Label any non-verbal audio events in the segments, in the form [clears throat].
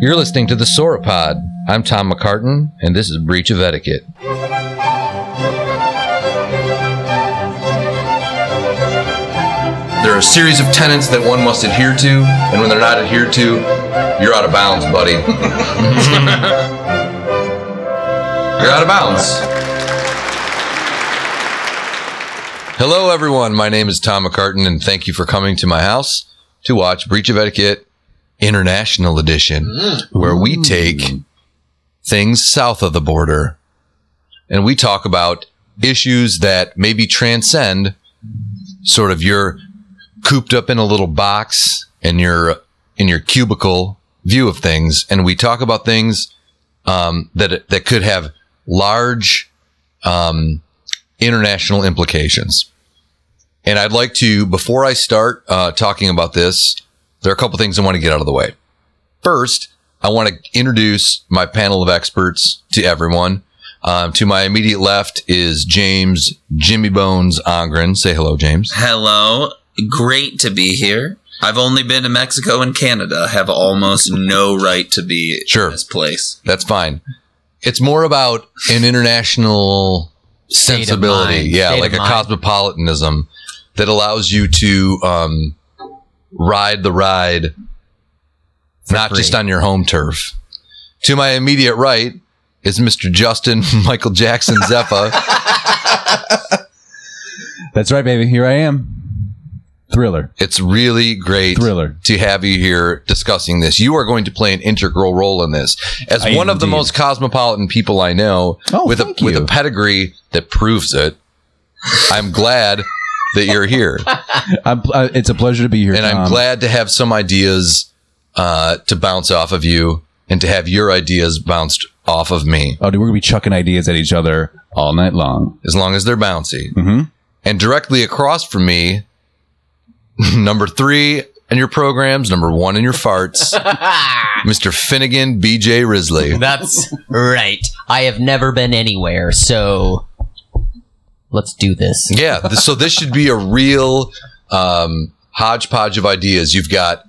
You're listening to the Sauropod. I'm Tom McCartan, and this is Breach of Etiquette. There are a series of tenets that one must adhere to, and when they're not adhered to, you're out of bounds, buddy. [laughs] you're out of bounds. Hello, everyone. My name is Tom McCartan, and thank you for coming to my house to watch Breach of Etiquette International Edition, where we take things south of the border and we talk about issues that maybe transcend sort of your cooped up in a little box and your in your cubicle view of things, and we talk about things um, that that could have large um, international implications. And I'd like to, before I start uh, talking about this, there are a couple things I want to get out of the way. First, I want to introduce my panel of experts to everyone. Um, to my immediate left is James Jimmy Bones Ongren. Say hello, James. Hello. Great to be here. I've only been to Mexico and Canada. Have almost no right to be Sure. in this place. [laughs] That's fine. It's more about an international State of sensibility. mind. Yeah, State like of a mind. cosmopolitanism that allows you to um, ride the ride, not free. just on your home turf. To my immediate right is Mr. Justin [laughs] Michael Jackson Zeppa. That's right, baby. Here I am. Thriller. it's really great Thriller. to have you here discussing this. You are going to play an integral role in this as I one of the indeed. most cosmopolitan people I know Oh, with a thank you. with a pedigree that proves it. I'm glad that you're [laughs] here, I'm, uh, it's a pleasure to be here. and I'm Tom. glad to have some ideas uh, to bounce off of you, and to have your ideas bounced off of me, Oh, dude, we're gonna be chucking ideas at each other all night long. as long as they're bouncy. Mm-hmm. And directly across from me, [laughs] number three in your programs, number one in your farts, [laughs] Mr. Finnegan BJ Risley. [laughs] That's right. I have never been anywhere, so let's do this. Yeah, th- so this should be a real um, hodgepodge of ideas. You've got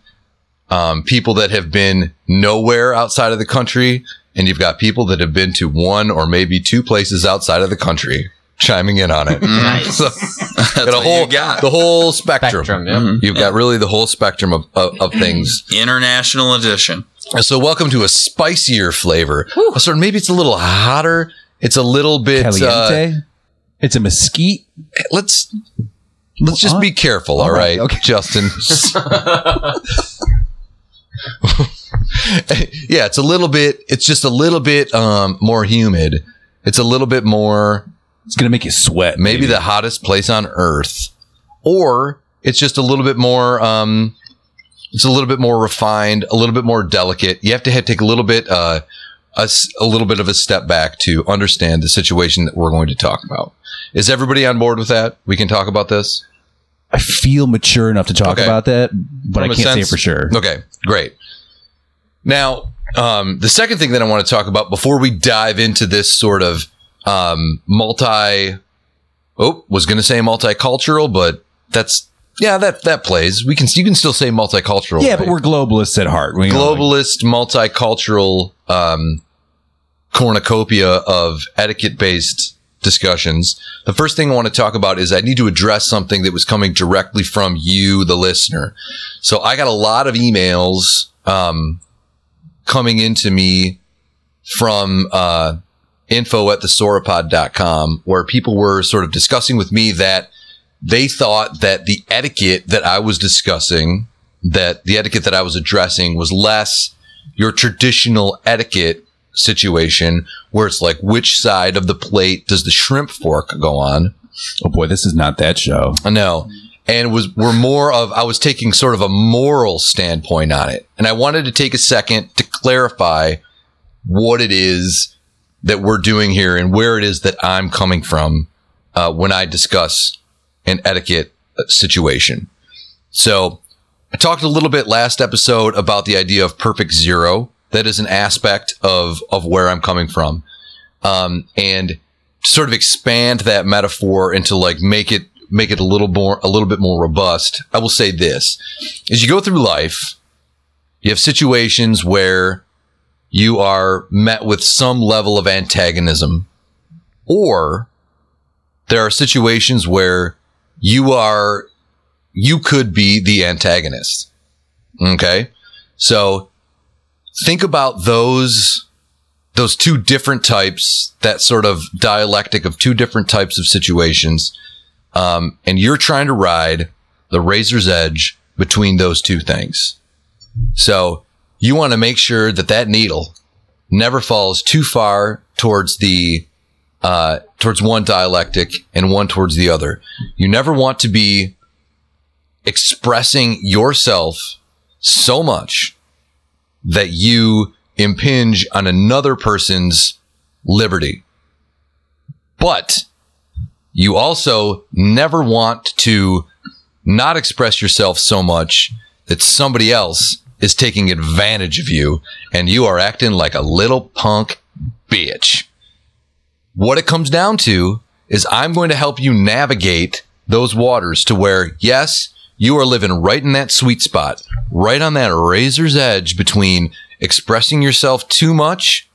um, people that have been nowhere outside of the country, and you've got people that have been to one or maybe two places outside of the country chiming in on it. Nice. [laughs] So, Mm-hmm. That's got a what whole, you got. the whole spectrum. Spectrum, yeah. Mhm. You've got really the whole spectrum of, of, of things. [clears throat] International edition. So welcome to a spicier flavor. So maybe it's a little hotter. It's a little bit. Uh, Caliente. it's a mesquite. let's let's just be careful. all right, right, okay. Justin. [laughs] yeah, it's a little bit. It's just a little bit um, more humid. It's a little bit more. It's gonna make you sweat. Maybe the hottest place on earth, or it's just a little bit more. Um, it's a little bit more refined, a little bit more delicate. You have to ha take a little bit, uh, a, s- a little bit of a step back to understand the situation that we're going to talk about. Is everybody on board with that? We can talk about this. I feel mature enough to talk Okay. about that, but From I a can't say sense- for sure. Okay, great. Now, um, the second thing that I want to talk about before we dive into this sort of um, multi, oh, was going to say multicultural, but that's yeah, that that plays. We can you can still say multicultural. Yeah, right? but we're globalists at heart. We, globalist, multicultural um, cornucopia of etiquette based discussions. The first thing I want to talk about is I need to address something that was coming directly from you, the listener. So I got a lot of emails um, coming into me from uh, info at thesoropod.com where people were sort of discussing with me that they thought that the etiquette that I was discussing, that the etiquette that I was addressing was less your traditional etiquette situation where it's like which side of the plate does the shrimp fork go on? oh boy, this is not that show. I know. And was were more of I was taking sort of a moral standpoint on it. And I wanted to take a second to clarify what it is that we're doing here and where it is that I'm coming from uh, when I discuss an etiquette uh, situation. So I talked a little bit last episode about the idea of perfect zero. That is an aspect of of where I'm coming from. Um, and sort of expand that metaphor into like make it make it a little more a little bit more robust i will say this as you go through life you have situations where you are met with some level of antagonism, or there are situations where you are you could be the antagonist. Okay, so think about those those two different types that sort of dialectic of two different types of situations um, and you're trying to ride the razor's edge between those two things so you want to make sure that that needle never falls too far towards the uh, towards one dialectic and one towards the other you never want to be expressing yourself so much that you impinge on another person's liberty. But you also never want to not express yourself so much that somebody else is taking advantage of you and you are acting like a little punk bitch. What it comes down to is I'm going to help you navigate those waters to where, yes, you are living right in that sweet spot, right on that razor's edge between expressing yourself too much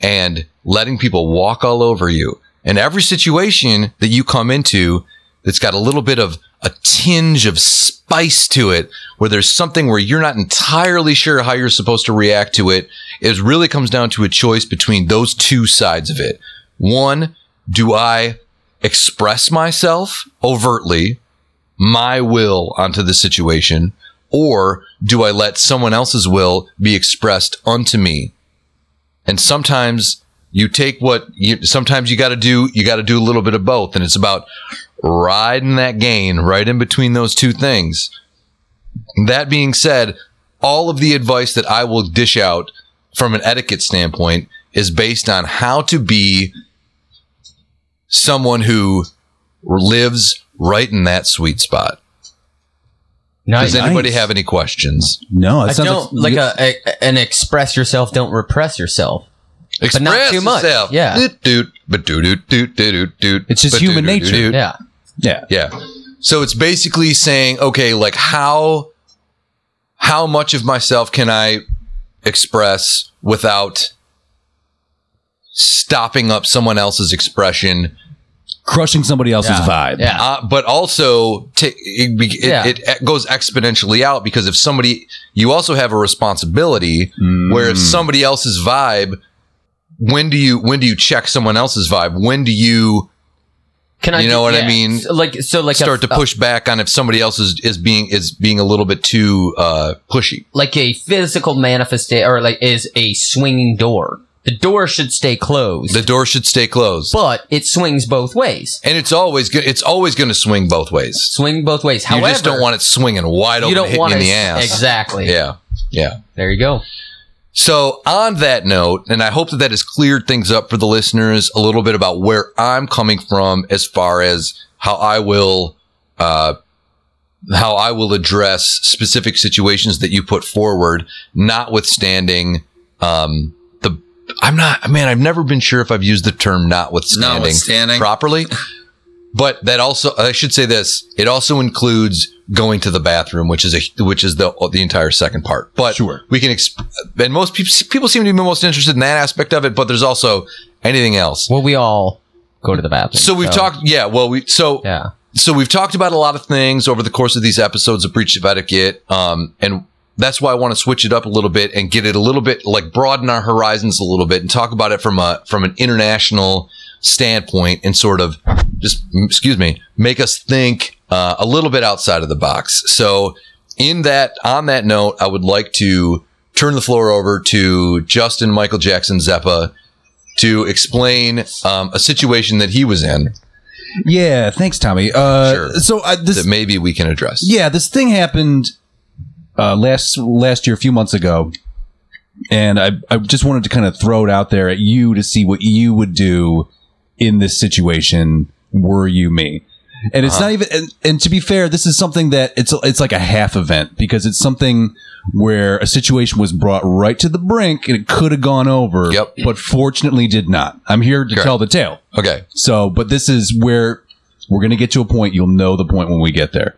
and letting people walk all over you. And every situation that you come into that's got a little bit of a tinge of spice to it, where there's something where you're not entirely sure how you're supposed to react to it, it really comes down to a choice between those two sides of it. One, do I express myself overtly my will onto the situation, or do I let someone else's will be expressed unto me? And sometimes you take what you sometimes you got to do, you got to do a little bit of both. And it's about riding that gain right in between those two things. That being said, all of the advice that I will dish out from an etiquette standpoint is based on how to be someone who lives right in that sweet spot. Does Nice. anybody Nice. have any questions? No, I it sounds don't like, a, a an express yourself, don't repress yourself. Express not too much. yourself. Yeah. Doot, doot, but doot, doot, doot, doot, doot, doot. It's just But human doot, doot, nature. doot. Yeah. yeah. Yeah. So it's basically saying, okay, like how how much of myself can I express without stopping up someone else's expression Crushing somebody else's Yeah. vibe. Yeah. uh, but also ta- it, be- it, Yeah. it e- goes exponentially out because if somebody you also have a responsibility where if somebody else's vibe when do you when do you check someone else's vibe when do you Can I You do- know what I yeah. mean? So, like so like a- start to a- push back on if somebody else is, is being is being a little bit too uh pushy like a physical manifestation or like is a swinging door. The door should stay closed, the door should stay closed but it swings both ways. and it's always good it's always going to swing both ways Swing both ways. However, you just don't want it swinging wide you open don't hitting want you in to- the ass Exactly. yeah yeah There you go. So, on that note, and I hope that that has cleared things up for the listeners a little bit about where I'm coming from as far as how I will, uh, how I will address specific situations that you put forward, notwithstanding, um, the, I'm not, man, I've never been sure if I've used the term notwithstanding Notwithstanding. properly. But that also, I should say this, it also includes going to the bathroom, which is a, which is the, the entire second part. But Sure. we can, exp- and most people, people seem to be most interested in that aspect of it, but there's also anything else. Well, we all go to the bathroom. So we've talked, yeah, well, we, so, Yeah. so we've talked about a lot of things over the course of these episodes of Breach of Etiquette. Um, and that's why I want to switch it up a little bit and get it a little bit like broaden our horizons a little bit and talk about it from a from an international standpoint and sort of just m- excuse me make us think uh, a little bit outside of the box. So in that on that note, I would like to turn the floor over to Justin Michael Jackson Zeppa to explain um, a situation that he was in Yeah, thanks, Tommy. Uh, Sure. So uh, that this, maybe we can address. yeah, this thing happened uh, last last year, a few months ago, and I I just wanted to kind of throw it out there at you to see what you would do in this situation were you me. Uh-huh. And it's not even. And, and to be fair, this is something that it's it's like a half event because it's something where a situation was brought right to the brink and it could have gone over. Yep. But fortunately, did not. I'm here to Correct. tell the tale. Okay. So, but this is where we're going to get to a point. You'll know the point when we get there.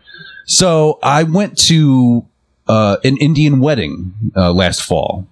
So, I went to uh, an Indian wedding uh, last fall.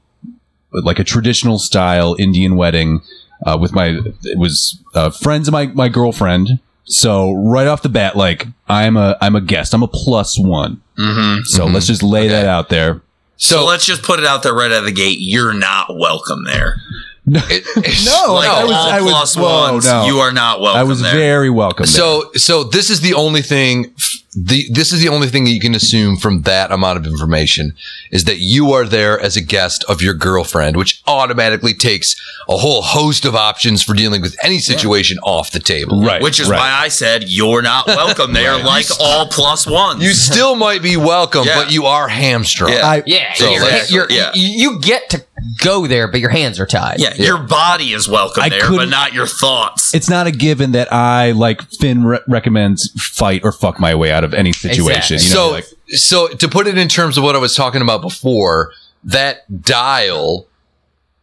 like a traditional style Indian wedding uh, with my it was uh, friends of my my girlfriend. So right off the bat, like I'm a I'm a guest. I'm a plus one. Mm-hmm. So let's just lay that out there. So, So let's just put it out there right out of the gate. You're not welcome there. [laughs] it- it's- Oh, No, like I was- all I was- plus whoa, ones, no. you are not welcome I was there. very welcome. there. So, so this is the only thing. The this is the only thing that you can assume from that amount of information is that you are there as a guest of your girlfriend, which automatically takes a whole host of options for dealing with any situation off the table. right, which is right. why I said you're not [laughs] welcome there, like all plus ones. You still might be welcome, Yeah. but you are hamstrung. Yeah. I, Yeah, So you're, let's- you're- yeah. you you get to go there, but your hands are tied. yeah, your body is welcome I there, but couldn't- not your thoughts. it's not a given that I like Finn re- recommends fight or fuck my way out of any situation. Exactly. You know, so, like, so to put it in terms of what I was talking about before, that dial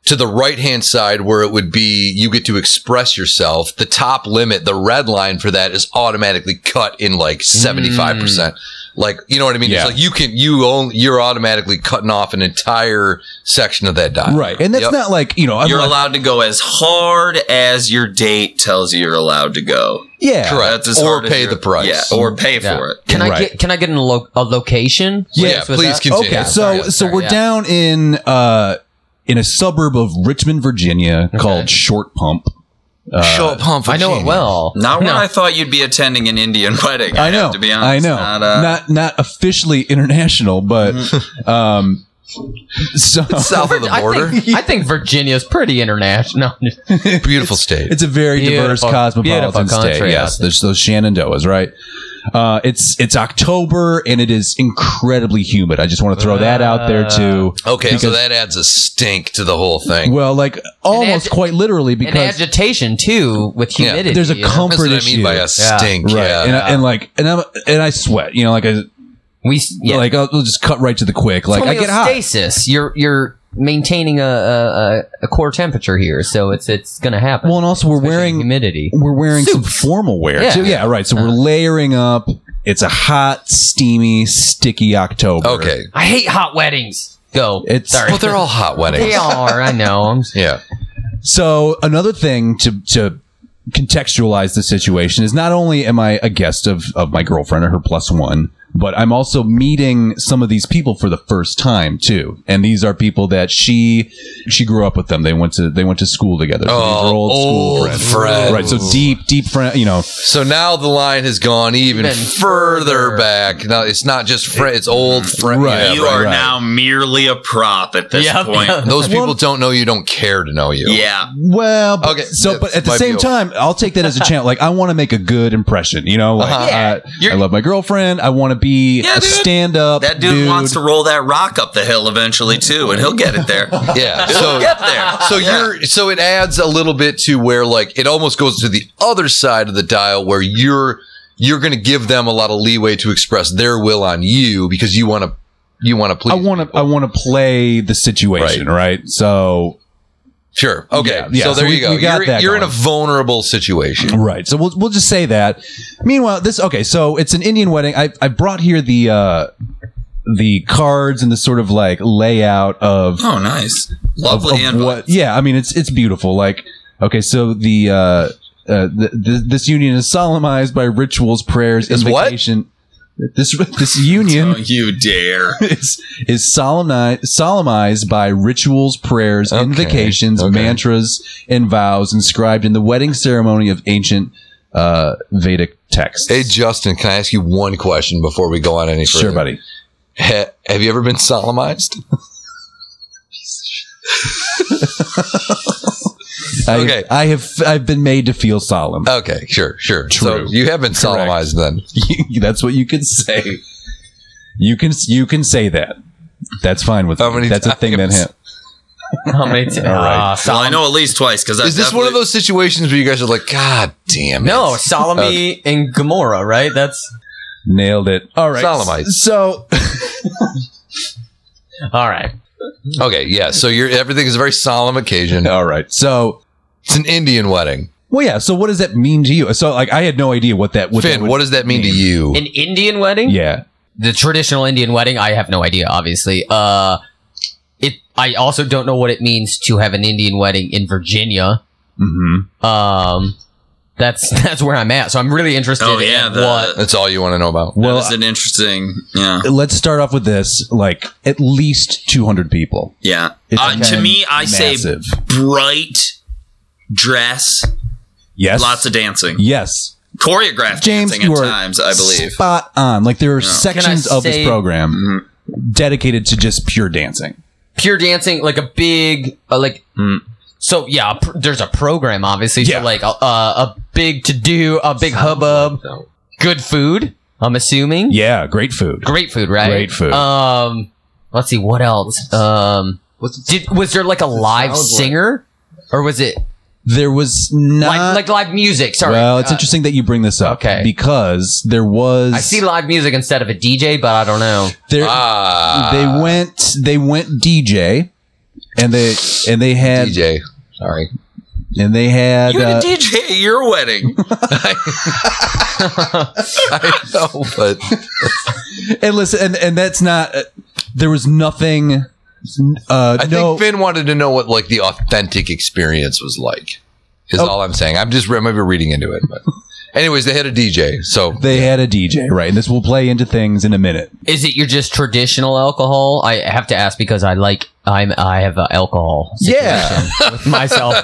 to the right hand side where it would be you get to express yourself, the top limit, the red line for that is automatically cut in like 75%. Like, you know what I mean? Mm. Yeah. It's like you can, you only, you're automatically cutting off an entire section of that dial. right, and that's Yep. not like you know, I'm You're like- allowed to go as hard as your date tells you you're allowed to go. yeah, Correct. That's as Or hard as pay you're- the price. Yeah, or pay Yeah. for it. Can I Right. get can I get in a, lo- a location? Yeah, Yes, with please that? continue. Okay, Yeah, so sorry, so sorry, we're yeah. down in uh in a suburb of Richmond, Virginia, called Short Pump. Uh, Show up, Hump. I know it Virginia. well. Not no. when I thought you'd be attending an Indian wedding. I know. have to be honest. I know. Not, Not uh, not, officially [laughs] [laughs] international, but um so South [laughs] of the border. I think, [laughs] I think Virginia's pretty international. No, Beautiful state. it's a very diverse Beautiful- cosmopolitan beautiful state. country out Yes, there. there's those Shenandoahs, right? Uh, it's it's October and it is incredibly humid. I just want to throw that out there too. okay. So because- that adds a stink to the whole thing. Well, like almost agi- quite literally [laughs] and because agitation too with Yeah. humidity. there's a you know? comfort That's what I mean issue. by a Yeah. stink. right, Yeah. and, I, and like and I'm and I sweat. You know, like I we s- yeah. like I'll, I'll just cut right to the quick. Like I get hot. homeostasis. You're you're maintaining a, a a- a core temperature here, so it's it's gonna happen. Well, and also we're Especially wearing humidity. we're wearing some Suits. formal wear Yeah. too. Yeah, right. So we're layering up. It's a hot, steamy, sticky October. okay. I hate hot weddings. Go. It's- Sorry. Well, they're all hot weddings. [laughs] they are. I know. I'm Yeah. So another thing to to contextualize the situation is not only am I a guest of of my girlfriend or her plus one, but I'm also meeting some of these people for the first time too. And these are people that she she grew up with them. They went to they went to school together. So these Oh, are old, old school friends. friends. Right. So deep, deep friend you know. So now the line has gone even, Even further further. back. Now it's not just friend; it's old friend. Right. Yeah, you right. are right. now merely a prop at this [laughs] Yeah, point. yeah. Those people don't know you, don't care to know you. yeah. Well, but- Okay, So, but at might the be same over. time, I'll take that as a chance. Like, I want to make a good impression. You know, like Uh-huh. I- I, You're- love my girlfriend. I want to be Yeah, a dude. stand up. That dude, wants to roll that rock up the hill eventually too, and he'll get it there. Yeah. He'll So get there. so Yeah. you're so it adds a little bit to where like it almost goes to the other side of the dial where you're you're going to give them a lot of leeway to express their will on you because you want to you want to please. I want to. I want to play the situation right. So, sure. Okay. Yeah, yeah. So there So we- you go. we got you're that you're in a going. vulnerable situation. right. So we'll we'll just say that. Meanwhile, this okay. So it's an Indian wedding. I I brought here the uh the cards and the sort of like layout of Oh, nice, of- lovely of and what yeah i mean it's it's beautiful like okay so the uh uh, th- th- this union is solemnized by rituals, prayers, Is what? invocation. This this union Don't Oh, you dare! is is solemnized, solemnized by rituals, prayers, Okay, invocations, okay. mantras, and vows inscribed in the wedding ceremony of ancient uh, Vedic texts. Hey Justin, can I ask you one question before we go on any further? sure, buddy. Ha- have you ever been solemnized? I, Okay. Uh, I have I've been made to feel solemn. Okay, sure, sure. True. So you have been solemnized then. [laughs] That's what you can say. You can you can say that. That's fine with How me. many That's a thing that times? hap- How many times? right. Well, I know at least twice because Is this one of those situations where you guys are like, God damn it? No, Salome and Gomorrah, right? That's nailed it. All right, Solemnite. So [laughs] all right. Okay, yeah. So you're everything is a very solemn occasion. all right. So It's an Indian wedding. well, yeah. So what does that mean to you? So like, I had no idea what that would. Finn, what does that mean to you? An Indian wedding? Yeah. The traditional Indian wedding, I have no idea, obviously. Uh it I also don't know what it means to have an Indian wedding in Virginia. Mm-hmm. Um, that's [laughs] that's where I'm at. So I'm really interested. Oh, yeah, in the- what? That's all you want to know about. Well, that is an interesting. Yeah. let's start off with this. Like at least two hundred people. Yeah. It's Uh, to been me, I massive. say bright dress, Yes, lots of dancing, yes. choreographed James, dancing you at are times. I [laughs] believe. spot on. Like there are sections Can I of this say- program Mm-hmm. dedicated to just pure dancing. pure dancing, like a big, uh, like. Mm. So yeah, pr- there's a program obviously. Yeah. So like a, uh, a big to do, a big hubbub, good food. I'm assuming. Yeah, great food. Great food, right? Great food. Um, let's see what else. Um, did, was there like a live singer, or was it There was not live, like live music? Sorry. Uh, Well, it's Uh, interesting that you bring this up, okay. Because there was I see live music instead of a DJ, but I don't know. there, uh, Ah, they went they went DJ, and they and they had DJ. Sorry. and they had You uh, had a DJ at your wedding. [laughs] I know, but and listen and, and that's not uh, there was nothing. Uh, I no, think Finn wanted to know what like the authentic experience was like. Is Oh. all I'm saying. I'm just re- maybe reading into it, but anyways, they had a DJ. So they had a DJ, right? And this will play into things in a minute. Is it your just traditional alcohol? I have to ask because I like I'm I have uh, alcohol Yeah, with myself.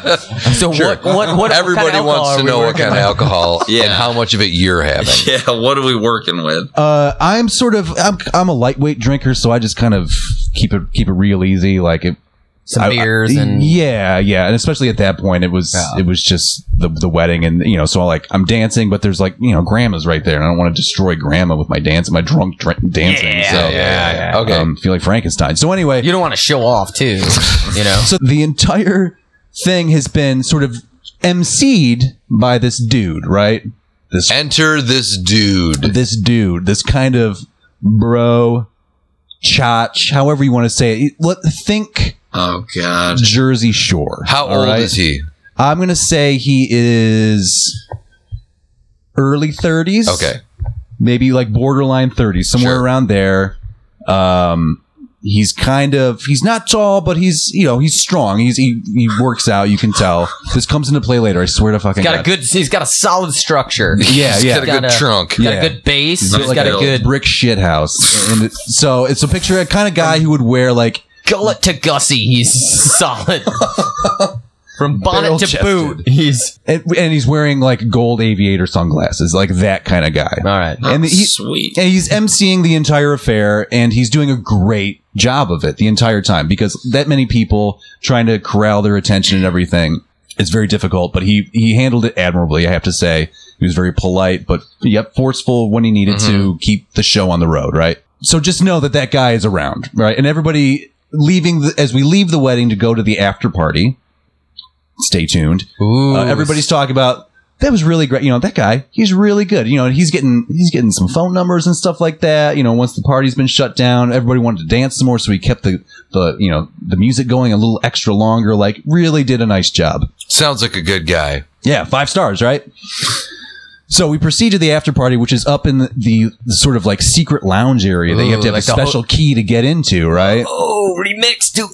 So what, what what everybody wants to know what kind of alcohol Yeah. and how much of it you're having. [laughs] yeah. What are we working with? uh, I'm sort of I'm, I'm a lightweight drinker, so I just kind of keep it keep it real easy. Like it, some I- I- beers and yeah, yeah, and especially at that point, it was Yeah. it was just the the wedding, and you know, so like I'm dancing, but there's like you know, grandma's right there, and I don't want to destroy grandma with my dance, my drunk dr- dancing. Yeah, so yeah, yeah. Okay, um, feel like Frankenstein. So anyway, you don't want to show off too, [laughs] you know. so the entire thing has been sort of emceed by this dude, right? This Enter this dude. this dude, this kind of bro, chotch, however you want to say it. Let think Oh God. Jersey Shore. How all old right? is he? I'm gonna say he is early 30s. Okay. maybe like borderline 30s, somewhere Sure. around there. Um, he's kind of he's not tall, but he's you know he's strong. He's he, he works out. You can tell this comes into play later. I swear to fucking Got a God. good. He's got a solid structure. yeah He's yeah. got a good Gotta- trunk. He's got Yeah. a good base. He's Like got a a- good brick shit house. And it- so it's a picture of kind of guy who would wear like gullet to gussy. He's [laughs] solid. From bonnet to Barrel-chested. boot, he's and, and he's wearing like gold aviator sunglasses, like that kind of guy. all right. Oh, And he- sweet. And he's emceeing the entire affair, and he's doing a great job of it the entire time because that many people trying to corral their attention and everything is very difficult. But he he handled it admirably, I have to say. He was very polite, but yet forceful when he needed to keep the show on the road, right? So just know that that guy is around, right? And everybody leaving the, as we leave the wedding to go to the after party. Stay tuned. Ooh, Uh, everybody's talking about that was really great. You know, that guy, he's really good. You know, and he's getting he's getting some phone numbers and stuff like that. You know, once the party's been shut down, everybody wanted to dance some more, so he kept the the you know the music going a little extra longer. Like, really did a nice job. Sounds like a good guy. Yeah, five stars, right? So we proceed to the after party, which is up in the, the sort of like secret lounge area that you have to Ooh, have like a the whole- special key to get into, right? Oh, remix to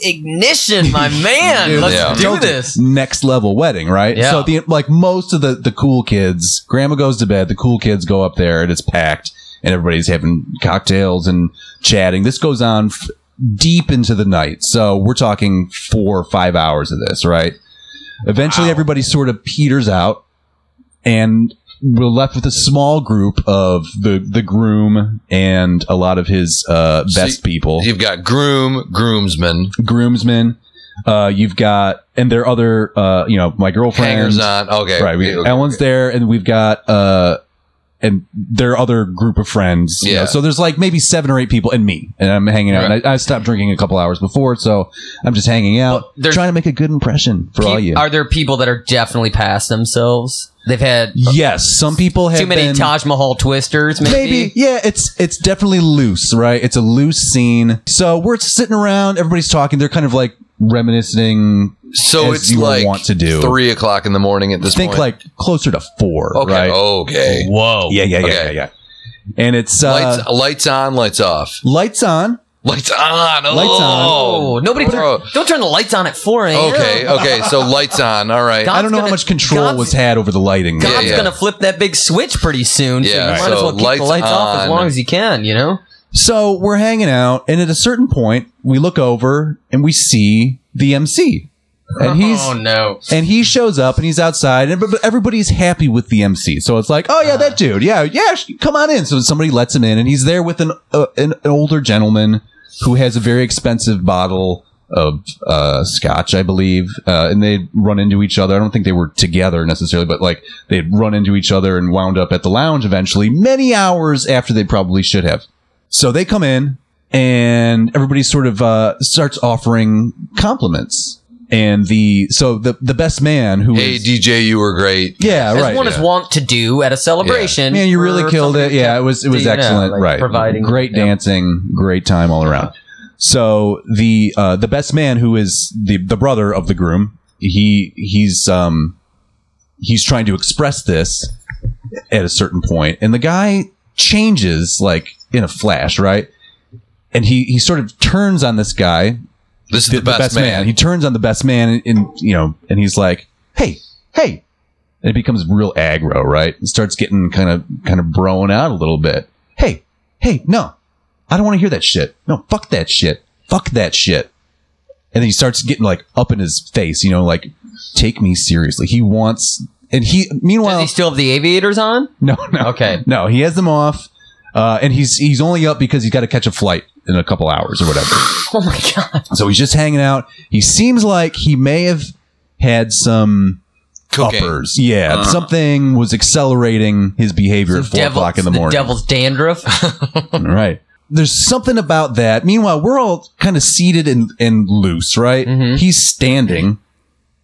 [laughs] ignition, my man. Dude, Let's yeah. do Told you, this. next level wedding, right? Yeah. So the like most of the the cool kids, grandma goes to bed, the cool kids go up there, and it's packed, and everybody's having cocktails and chatting. This goes on f- deep into the night, so we're talking four or five hours of this, right? Eventually, everybody sort of peters out, and we're left with a small group of the the groom and a lot of his uh, So best people You've got groom, groomsman, groomsmen. Uh, you've got and their other uh, you know, my girlfriend. hangers on. Okay. Right. We, okay, okay. Ellen's there, and we've got uh, and their other group of friends. you know. Yeah. So there's like maybe seven or eight people, and me, and I'm hanging out. And I, I stopped drinking a couple hours before, so I'm just hanging out, But there's- trying to make a good impression for all Pe- you. Are there people that are definitely past themselves? They've had yes, some people have too many been- Taj Mahal twisters, maybe. Maybe yeah, it's it's definitely loose, right? It's a loose scene. So we're sitting around, everybody's talking. They're kind of like reminiscing So as it's you would like want to do. three o'clock in the morning at this think point. like closer to four, okay. right? Okay. Whoa. Yeah, yeah, yeah, Okay. yeah, yeah. And it's uh, Lights, lights, lights on, lights off. on, Lights on. Oh. Lights on. Oh, nobody! Bro. Turn, don't turn the lights on at four a.m. Okay, okay. So lights on. All right. God- I don't know God's how gonna- much control God's- was had over the lighting. God- God's yeah. gonna flip that big switch pretty soon. so Yeah, you might as so well keep lights the lights off as on. long as you can. You know. So we're hanging out, and at a certain point, we look over and we see the MC, and he's oh no! and he shows up and he's outside, and but- but everybody's happy with the MC. So it's like, oh yeah, that dude, yeah, yeah, sh- come on in. So somebody lets him in, and he's there with an uh, an, an older gentleman who has a very expensive bottle of uh, scotch, I believe. Uh, and they run into each other. I don't think they were together necessarily, but like they'd run into each other and wound up at the lounge eventually, many hours after they probably should have. So they come in and everybody sort of uh, starts offering compliments. And the so the the best man who Hey is- DJ, you were great. yeah As right one is wont to do at a celebration. man you for really killed it somebody yeah to- it was it was you know, excellent like, right Providing great you know. dancing great time all around so the uh, the best man who is the the brother of the groom he he's um he's trying to express this at a certain point and the guy changes like in a flash right and he he sort of turns on this guy This is the, best, man. he turns on the best man, and, and, you know, and he's like, "Hey, hey," and it becomes real aggro, right? It starts getting kind of kind of broing out a little bit. Hey, hey, no, I don't want to hear that shit. No, fuck that shit. Fuck that shit. And then he starts getting like up in his face, you know, like take me seriously. He wants, and he meanwhile Does he still have the aviators on? [laughs] no, no. Okay. No, he has them off, uh, and he's he's only up because he's got to catch a flight in a couple hours or whatever. [laughs] Oh my god! So he's just hanging out. He seems like he may have had some Cocaine. uppers. Yeah, Uh. something was accelerating his behavior at four Uh-huh. Devil- o'clock in the morning. devil's dandruff. [laughs] Right. There's something about that. Meanwhile, we're all kind of seated and, and loose, right? Mm-hmm. He's standing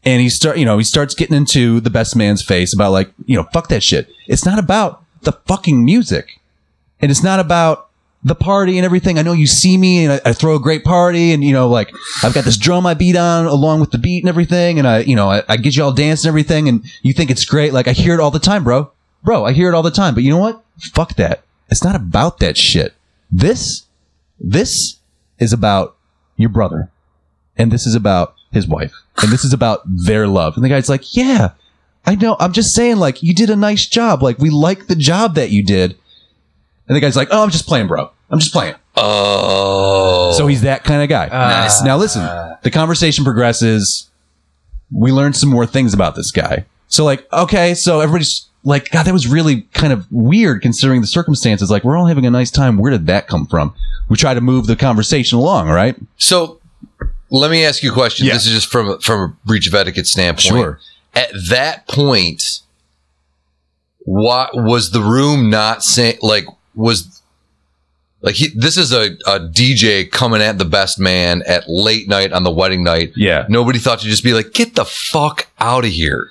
and he start you know, he starts getting into the best man's face about like, you know, fuck that shit. It's not about the fucking music. And it's not about the party and everything. I know you see me and I, I throw a great party and you know, like I've got this drum I beat on along with the beat and everything, and I you know, I, I get you all dancing and everything and you think it's great. Like I hear it all the time, bro. Bro, I hear it all the time. But you know what? Fuck that. It's not about that shit. This, this is about your brother, and this is about his wife, and this is about their love. And the guy's like, "Yeah, I know. I'm just saying, like, you did a nice job. Like, we like the job that you did." And the guy's like, "Oh, I'm just playing, bro. I'm just playing." Oh. So he's that kind of guy. Nice. Now listen, the conversation progresses. We learn some more things about this guy. So like, okay, so everybody's like, God, that was really kind of weird considering the circumstances. Like, we're all having a nice time. Where did that come from? We try to move the conversation along, right? So let me ask you a question. Yeah. This is just from from a breach of etiquette standpoint. Sure. At that point, what was the room not saying? Like was like he, this is a, a DJ coming at the best man at late night on the wedding night. Yeah. Nobody thought to just be like, get the fuck out of here.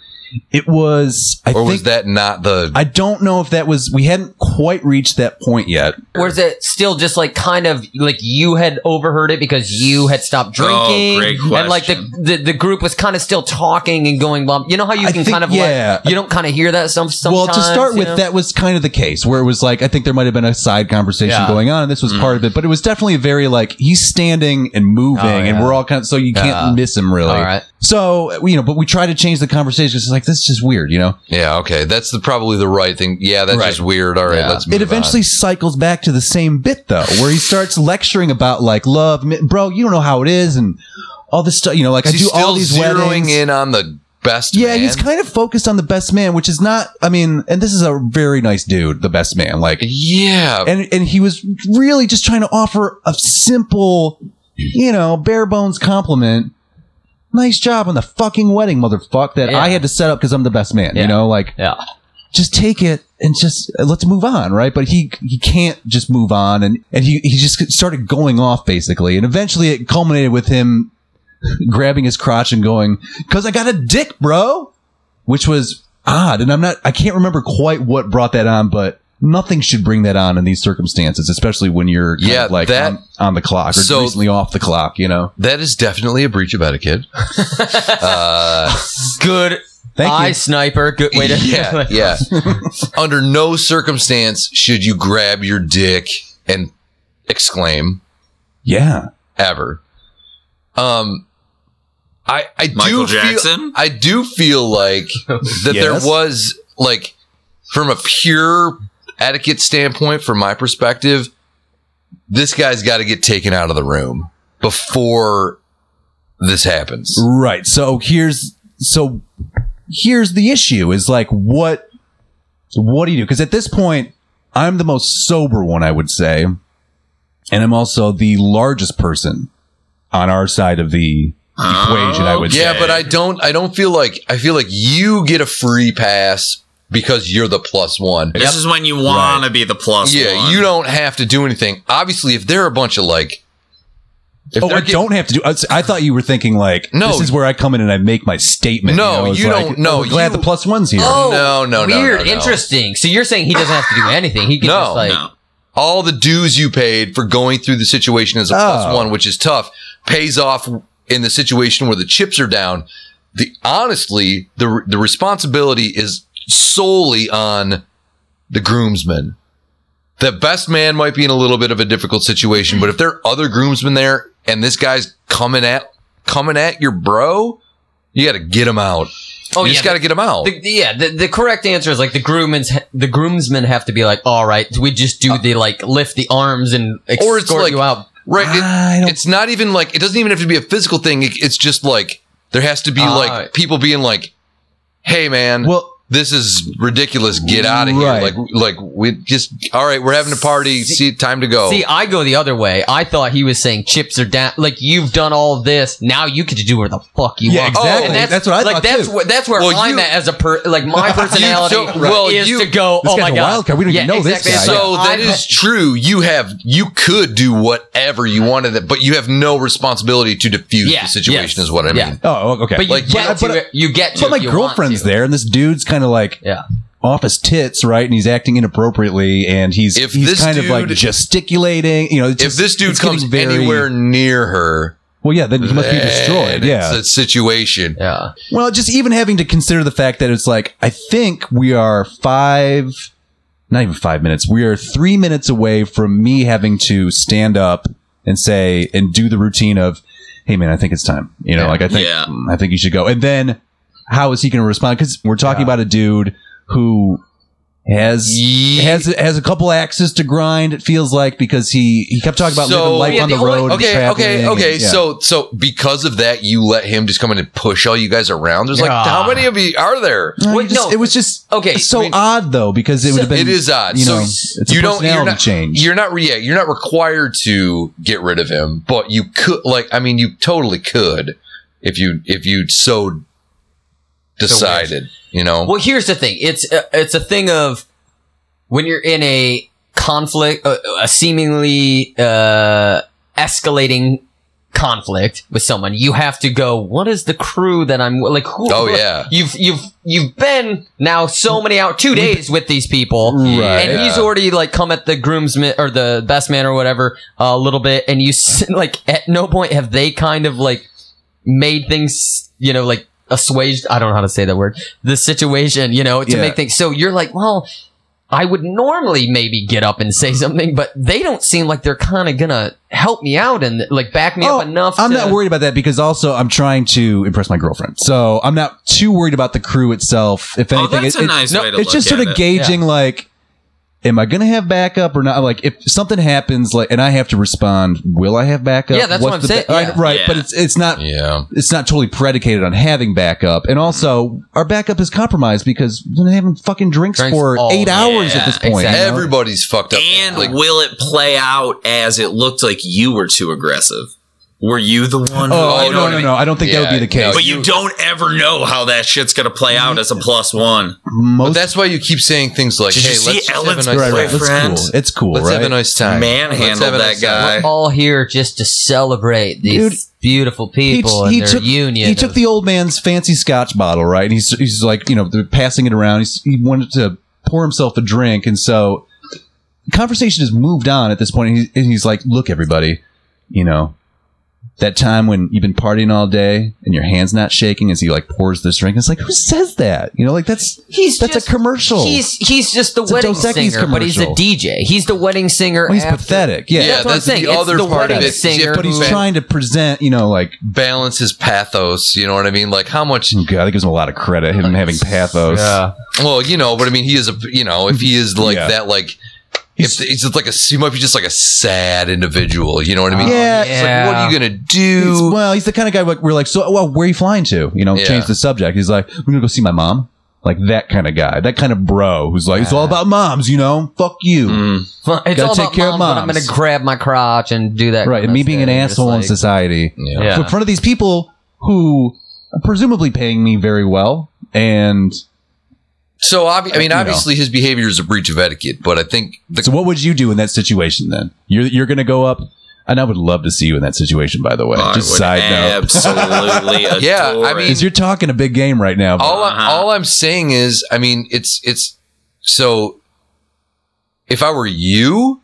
It was. I Or think was that not the I don't know if that was. We hadn't quite reached that point yet. Or is it still just like kind of like you had overheard it because you had stopped drinking, Oh, great and like the, question. the the group was kind of still talking and going bump. You know how you I can think- kind of yeah. like you don't kind of hear that some sometimes. well, to start you with, know? that was kind of the case where it was like I think there might have been a side conversation Yeah. going on, and this was part of it. But it was definitely very like he's standing and moving, Oh, and yeah. we're all kind of so you can't Yeah. miss him really. All right. So you know, but we try to change the conversation. It's like this is just weird, you know. Yeah, okay. That's the probably the right thing. Yeah, that's Right. just weird. All right, Yeah. let's move it eventually cycles back to the same bit though, where he starts lecturing about like love, mi- bro. You don't know how it is, and all this stuff. You know, like on. I Is he do still all these zeroing weddings. in on the best Yeah, man? he's kind of focused on the best man, which is not. I mean, and this is a very nice dude, the best man. Like, Yeah. and and he was really just trying to offer a simple, you know, bare bones compliment. Nice job on the fucking wedding, motherfucker. That Yeah. I had to set up because I'm the best man. Yeah. You know, like Yeah. just take it and just uh, let's move on, right? But he he can't just move on, and and he he just started going off basically, and eventually it culminated with him grabbing his crotch and going, "Cause I got a dick, bro," which was odd, and I'm not I can't remember quite what brought that on, but nothing should bring that on in these circumstances, especially when you're kind Yeah, of like that- on, on the clock or So- recently off the clock, you know. that is definitely a breach of etiquette. [laughs] uh, Good Thank eye you. sniper. Good way to [laughs] yeah, yeah. Under no circumstance should you grab your dick and exclaim, Yeah. ever. Um, I I Michael do Feel, Jackson? I do feel like that Yes. there was like from a pure etiquette standpoint, from my perspective, this guy's got to get taken out of the room before this happens. Right. So here's so here's the issue is like what what do you do? Because at this point, I'm the most sober one, I would say, and I'm also the largest person on our side of the equation. I would Oh, Yeah, say. but I don't. I don't feel like I feel like you get a free pass because you're the plus one. This is when you want to be the plus Yeah, one. you don't have to do anything. Obviously, if they're a bunch of like, if Oh, they're I get- don't have to do. I I thought you were thinking like, No. this is where I come in and I make my statement. No, It's you like, don't- no, oh, we're glad you- Oh, the plus one's here. No, no, no, Oh, Weird. no, no. Interesting. So you're saying he doesn't have to do anything. He can No, just like. No. all the dues you paid for going through the situation as a plus Oh. one, which is tough, pays off in the situation where the chips are down. The honestly, the the responsibility is solely on the groomsman. The best man might be in a little bit of a difficult situation, but if there are other groomsmen there and this guy's coming at coming at your bro, you got to get him out. Oh, you yeah. just got to get him out. the, the- yeah, the, the correct answer is like the groommen's the groomsmen have to be like, all right, we just do the like lift the arms and escort Or it's like- you out. Right. it- I don't- it's not even like it doesn't even have to be a physical thing. It, it's just like there has to be Ah. like people being like, "Hey, man, Well, this is ridiculous. Get out of Right. here!" Like, like we just all right. We're having a party. See, time to Oh. go. See, I go the other way. I thought he was saying chips are down. Like you've done all this, now you could do where the fuck you Yeah, want. exactly. That's what I like. thought, that's too. where that's where Well, I'm you- at as a per. [laughs] Like my personality You don't- well, is you- to go. This oh guy's my a god, wild card. We don't even know this guy. so that is true. You have you could do whatever you wanted, that- but you have no responsibility to diffuse Yeah, the situation. yes. Is what I mean. Yeah. oh, okay. But you Like, get but- to it. You get to. but my if you want girlfriend's to. there, and this dude's kind of like Yeah. off his tits, right? And he's acting inappropriately, and he's If he's this kind of like dude- gesticulating. You know, it's If just- this dude it's getting comes very- anywhere near her, well, yeah, then he must be then destroyed. it's Yeah. a situation. Yeah. well, just even having to consider the fact that it's like I think we are five, not even five minutes. We are three minutes away from me having to stand up and say and do the routine of, "Hey, man, I think it's time." You know, like I think Yeah. I think you should go. And then how is he going to respond? Because we're talking about a dude who has Ye- has has a couple axes to grind. It feels like because he he kept talking about So- living life Yeah, on the the, only- road. Okay, and okay, traveling okay. and- yeah. So, so because of that, you let him just come in and push all you guys around. There's like, Yeah. how many of you are there? No, you Wait, just- no. it was just Okay, it's so I mean- odd though because it would have been it is odd. You so know, it's you a don't. You're personality not. change. You're not. Yeah, you're not required to get rid of him, but you could. Like, I mean, you totally could if you if you so decided. You know. Well, here's the thing. It's a, it's a thing of when you're in a conflict, a, a seemingly uh, escalating conflict with someone, you have to go. What is the crew that I'm like? Who, Oh, yeah. You've you've you've been now so many out two days with these people, Right. and he's already like come at the groomsman or the best man or whatever uh, a little bit, and you s- [laughs] like at no point have they kind of like made things, you know, like assuaged. I don't know how to say that word. The situation, you know, to Yeah. make things. So you're like, well, I would normally maybe get up and say [laughs] something, but they don't seem like they're kind of gonna help me out and like back me Oh, up enough. I'm to- not worried about that because also I'm trying to impress my girlfriend, so I'm not too worried about the crew itself. If Oh, anything, that's it- a it- nice way to it's look just sort at of it. gauging like am i gonna have backup or not like if something happens like and i have to respond will i have backup Yeah, that's what I'm the saying, ba- right, yeah. right, but Yeah. it's it's not yeah. it's not totally predicated on having backup and also our backup is compromised because we've been having fucking drinks, Drinks for all- eight hours yeah, at this point exactly. you know? Everybody's fucked up. And Like, will it play out as it looked like you were too aggressive? Were you the one? who- oh you know no what I no mean? no i don't think that would be the Yeah, case But Oh, you, don't ever know how that shit's gonna play out as a plus one. but most that's why you keep saying things like, Did you "Hey, see let's just have a Ellen's nice right, right. time. That's Boyfriend. cool. it's cool Let's right have a nice time." Let's have Manhandle a that nice time. guy. We're all here just to celebrate these Dude, beautiful people t- and their took, union. He took of- the old man's fancy scotch bottle, right? And he's, he's like, you know, they're passing it around. He's, he wanted to pour himself a drink. And so conversation has moved on at this point. And, he, and he's like, look, everybody, you know, That time when you've been partying all day and your hand's not shaking as he like pours this drink. It's like who says that? You know, like that's He's that's just- a commercial. He's he's just the a wedding Dos Equis singer, but he's a commercial. DJ. He's the wedding singer. Well, he's after- pathetic. Yeah. Yeah, that's what I'm that's saying. the It's other the part of wedding it. is you have singer to but he's ba- trying to present, you know, like balance his pathos. You know what I mean? Like how much? oh God, that gives him a lot of credit. Him having pathos. Yeah. Well, you know, but I mean, he is a you know, if he is like Yeah. that, like if it's just like a he might be just like a sad individual. You know what I mean? Yeah. It's like, what are you gonna He's- do? well, he's the kind of guy like, we're like, so well, where are you flying to? You know, Yeah. change the subject. He's like, we're gonna go see my mom. Like that kind of guy, that kind of bro who's like, it's all about moms, you know. Fuck you. Hmm. Mm, Well, it's Gotta all take about care of moms, but I'm moms. gonna grab my crotch and do that. right, kinda and me being an stuff. It's asshole in like- society yeah. Yeah. [laughs] in front of these people who are presumably paying me very well, and So obvi- I mean, You know. obviously, his behavior is a breach of etiquette, but I think the So what would you do in that situation then? You're you're gonna go up, and I would love to see you in that situation. By the way, I just would side [laughs] note. absolutely adore Yeah, I it. mean- Is you're talking a big game right now. but all I, Uh-huh. all I'm saying is, I mean, it's it's so. If I were you,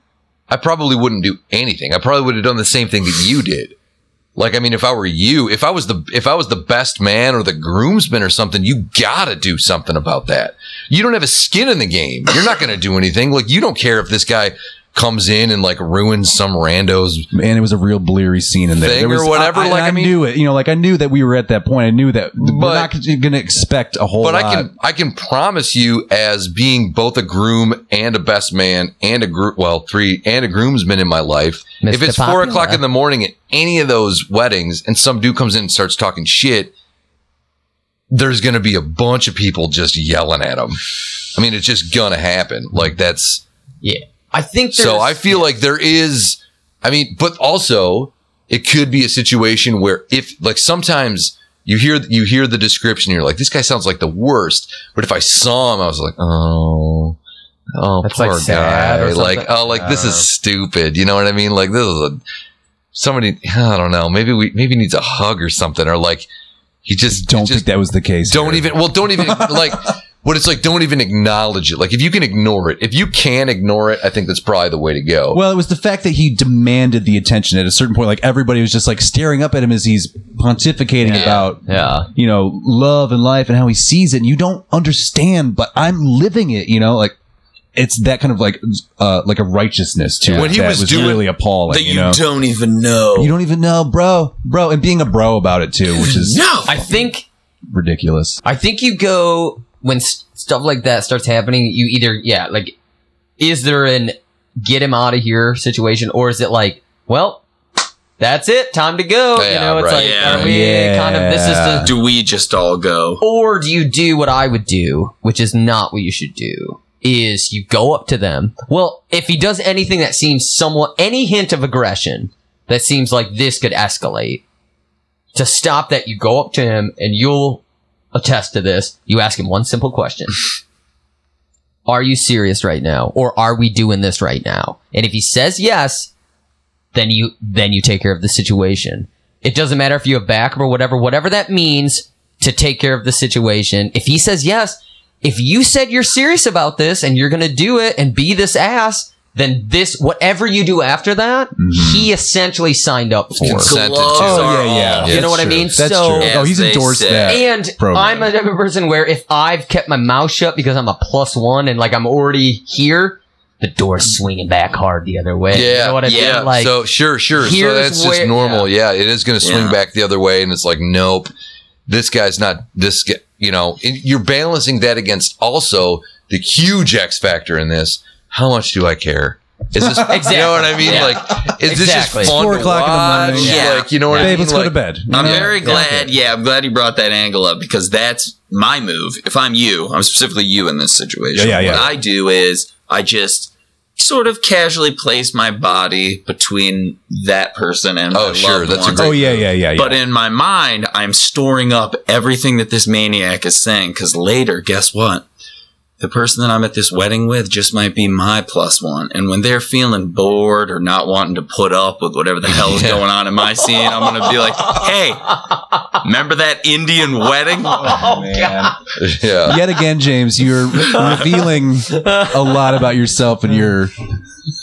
I probably wouldn't do anything. I probably would have done the same thing that you did. Like, I mean, if I were you, if I was the if I was the best man or the groomsman or something, you gotta do something about that. You don't have a skin in the game. You're not gonna do anything. Like, you don't care if this guy comes in and like ruins some randos. man, it was a real bleary scene in there. Thing There was- or whatever, I, I, like, I I mean- knew it. You know, like I knew that we were at that point. I knew that we're not But- gonna expect a whole but lot. I can I can promise you as being both a groom and a best man and a group well three and a groomsman in my life. Mr. If it's four Popular. o'clock in the morning at any of those weddings and some dude comes in and starts talking shit, there's gonna be a bunch of people just yelling at him. I mean, it's just gonna happen. Like that's I think so. there's- I feel like there is. I mean, but also it could be a situation where if like sometimes you hear you hear the description, you're like, this guy sounds like the worst. But if I saw him, I was like, oh. Oh, That's, poor like, sad guy! or something. Like, oh, like this is Uh. stupid. You know what I mean? Like, this is a somebody. I don't know. Maybe we maybe he needs a hug or something, or like he just don't just, think that was the case. don't here. even well don't even [laughs] like what it's like don't even acknowledge it like if you can ignore it if you can ignore it i think that's probably the way to go Well, it was the fact that he demanded the attention at a certain point. Like everybody was just like staring up at him as he's pontificating about Yeah. you know, love and life and how he sees it. And you don't understand, but I'm living it, you know, like it's that kind of like, uh, like a righteousness to it. When he that was doing- really appalling, that you you, know, don't even know. you don't even know, bro, bro. And being a bro about it too, [laughs] which is no. I think ridiculous. I think you go when s- stuff like that starts happening. You either yeah, like is there an get him out of here situation, or is it like well, that's it, time to go. you Yeah, know, it's right. like Yeah. are we kind of this is the. Do we just all go? Or do you do what I would do, which is not what you should do? Is you go up to them. Well, if he does anything that seems somewhat any hint of aggression that seems like this could escalate, to stop that, you go up to him and you'll attest to this. You ask him one simple question. Are you serious right now? Or are we doing this right now? And if he says yes, then you, then you take care of the situation. It doesn't matter if you have backup or whatever, whatever that means to take care of the situation. If he says yes, if you said you're serious about this and you're going to do it and be this ass, then this, whatever you do after that, he essentially signed up for. Consent. Consented to. Gloves Oh, are off. You know what I mean? That's So- true. Oh, As he's they endorsed say. Uh, that. And program. I'm a type of person where if I've kept my mouth shut because I'm a plus one and like I'm already here, the door's swinging back hard the other way. you Yeah, know what I yeah. mean? Like, so sure sure so here's that's just where- normal yeah. it is going to swing Yeah. back the other way and it's like nope this guy's not this guy you know and you're balancing that against also the huge x factor in this how much do i care is [laughs] this you know what i mean Yeah. like is Exactly. this just It's fun four to o'clock in the watch? morning. Yeah. like you know what i Babe, mean let's like, go to bed. you I'm know? very glad. Yeah, I'm glad you brought that angle up because that's my move. If I'm you, I'm specifically you in this situation. Yeah, yeah, yeah. What I do is I just sort of casually place my body between that person and Oh, my sure, loved that's a ones. great- Oh yeah, yeah, yeah, yeah. But in my mind, I'm storing up everything that this maniac is saying because later, guess what? The person that I'm at this wedding with just might be my plus one. And when they're feeling bored or not wanting to put up with whatever the [laughs] hell is Yeah. going on in my scene, I'm going to be like, hey, remember that Indian wedding? oh man. [laughs] yeah Yet again, James, you're revealing a lot about yourself and your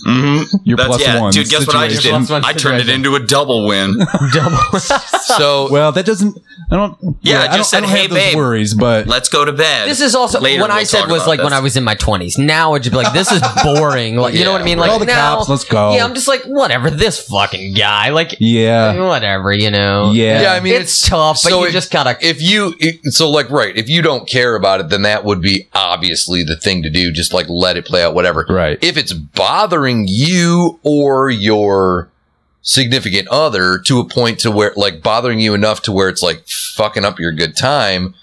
hmm Your plus one. Dude, guess what I just did? situation. Plus one I turned it situation. into a double win. [laughs] [laughs] [laughs] Double. So Well, that doesn't. I don't. Yeah, I don't- just I said, don't "Hey, have those babe." worries, but Let's go to bed. this is also Later what I we'll said talk was about like when this. I was in my twenties. Now I'd just be like, this [laughs] is boring. Like you know what I mean? Yeah, Like all the now, cops. Let's go. yeah, I'm just like whatever. This fucking guy. Like yeah, whatever. You know. yeah. yeah, I mean it's, tough, but so you it- just gotta. if you it- so like right if you don't care about it then that would be obviously the thing to do just like let it play out whatever Right. if it's bothering you or your significant other to a point to where like bothering you enough to where it's like fucking up your good time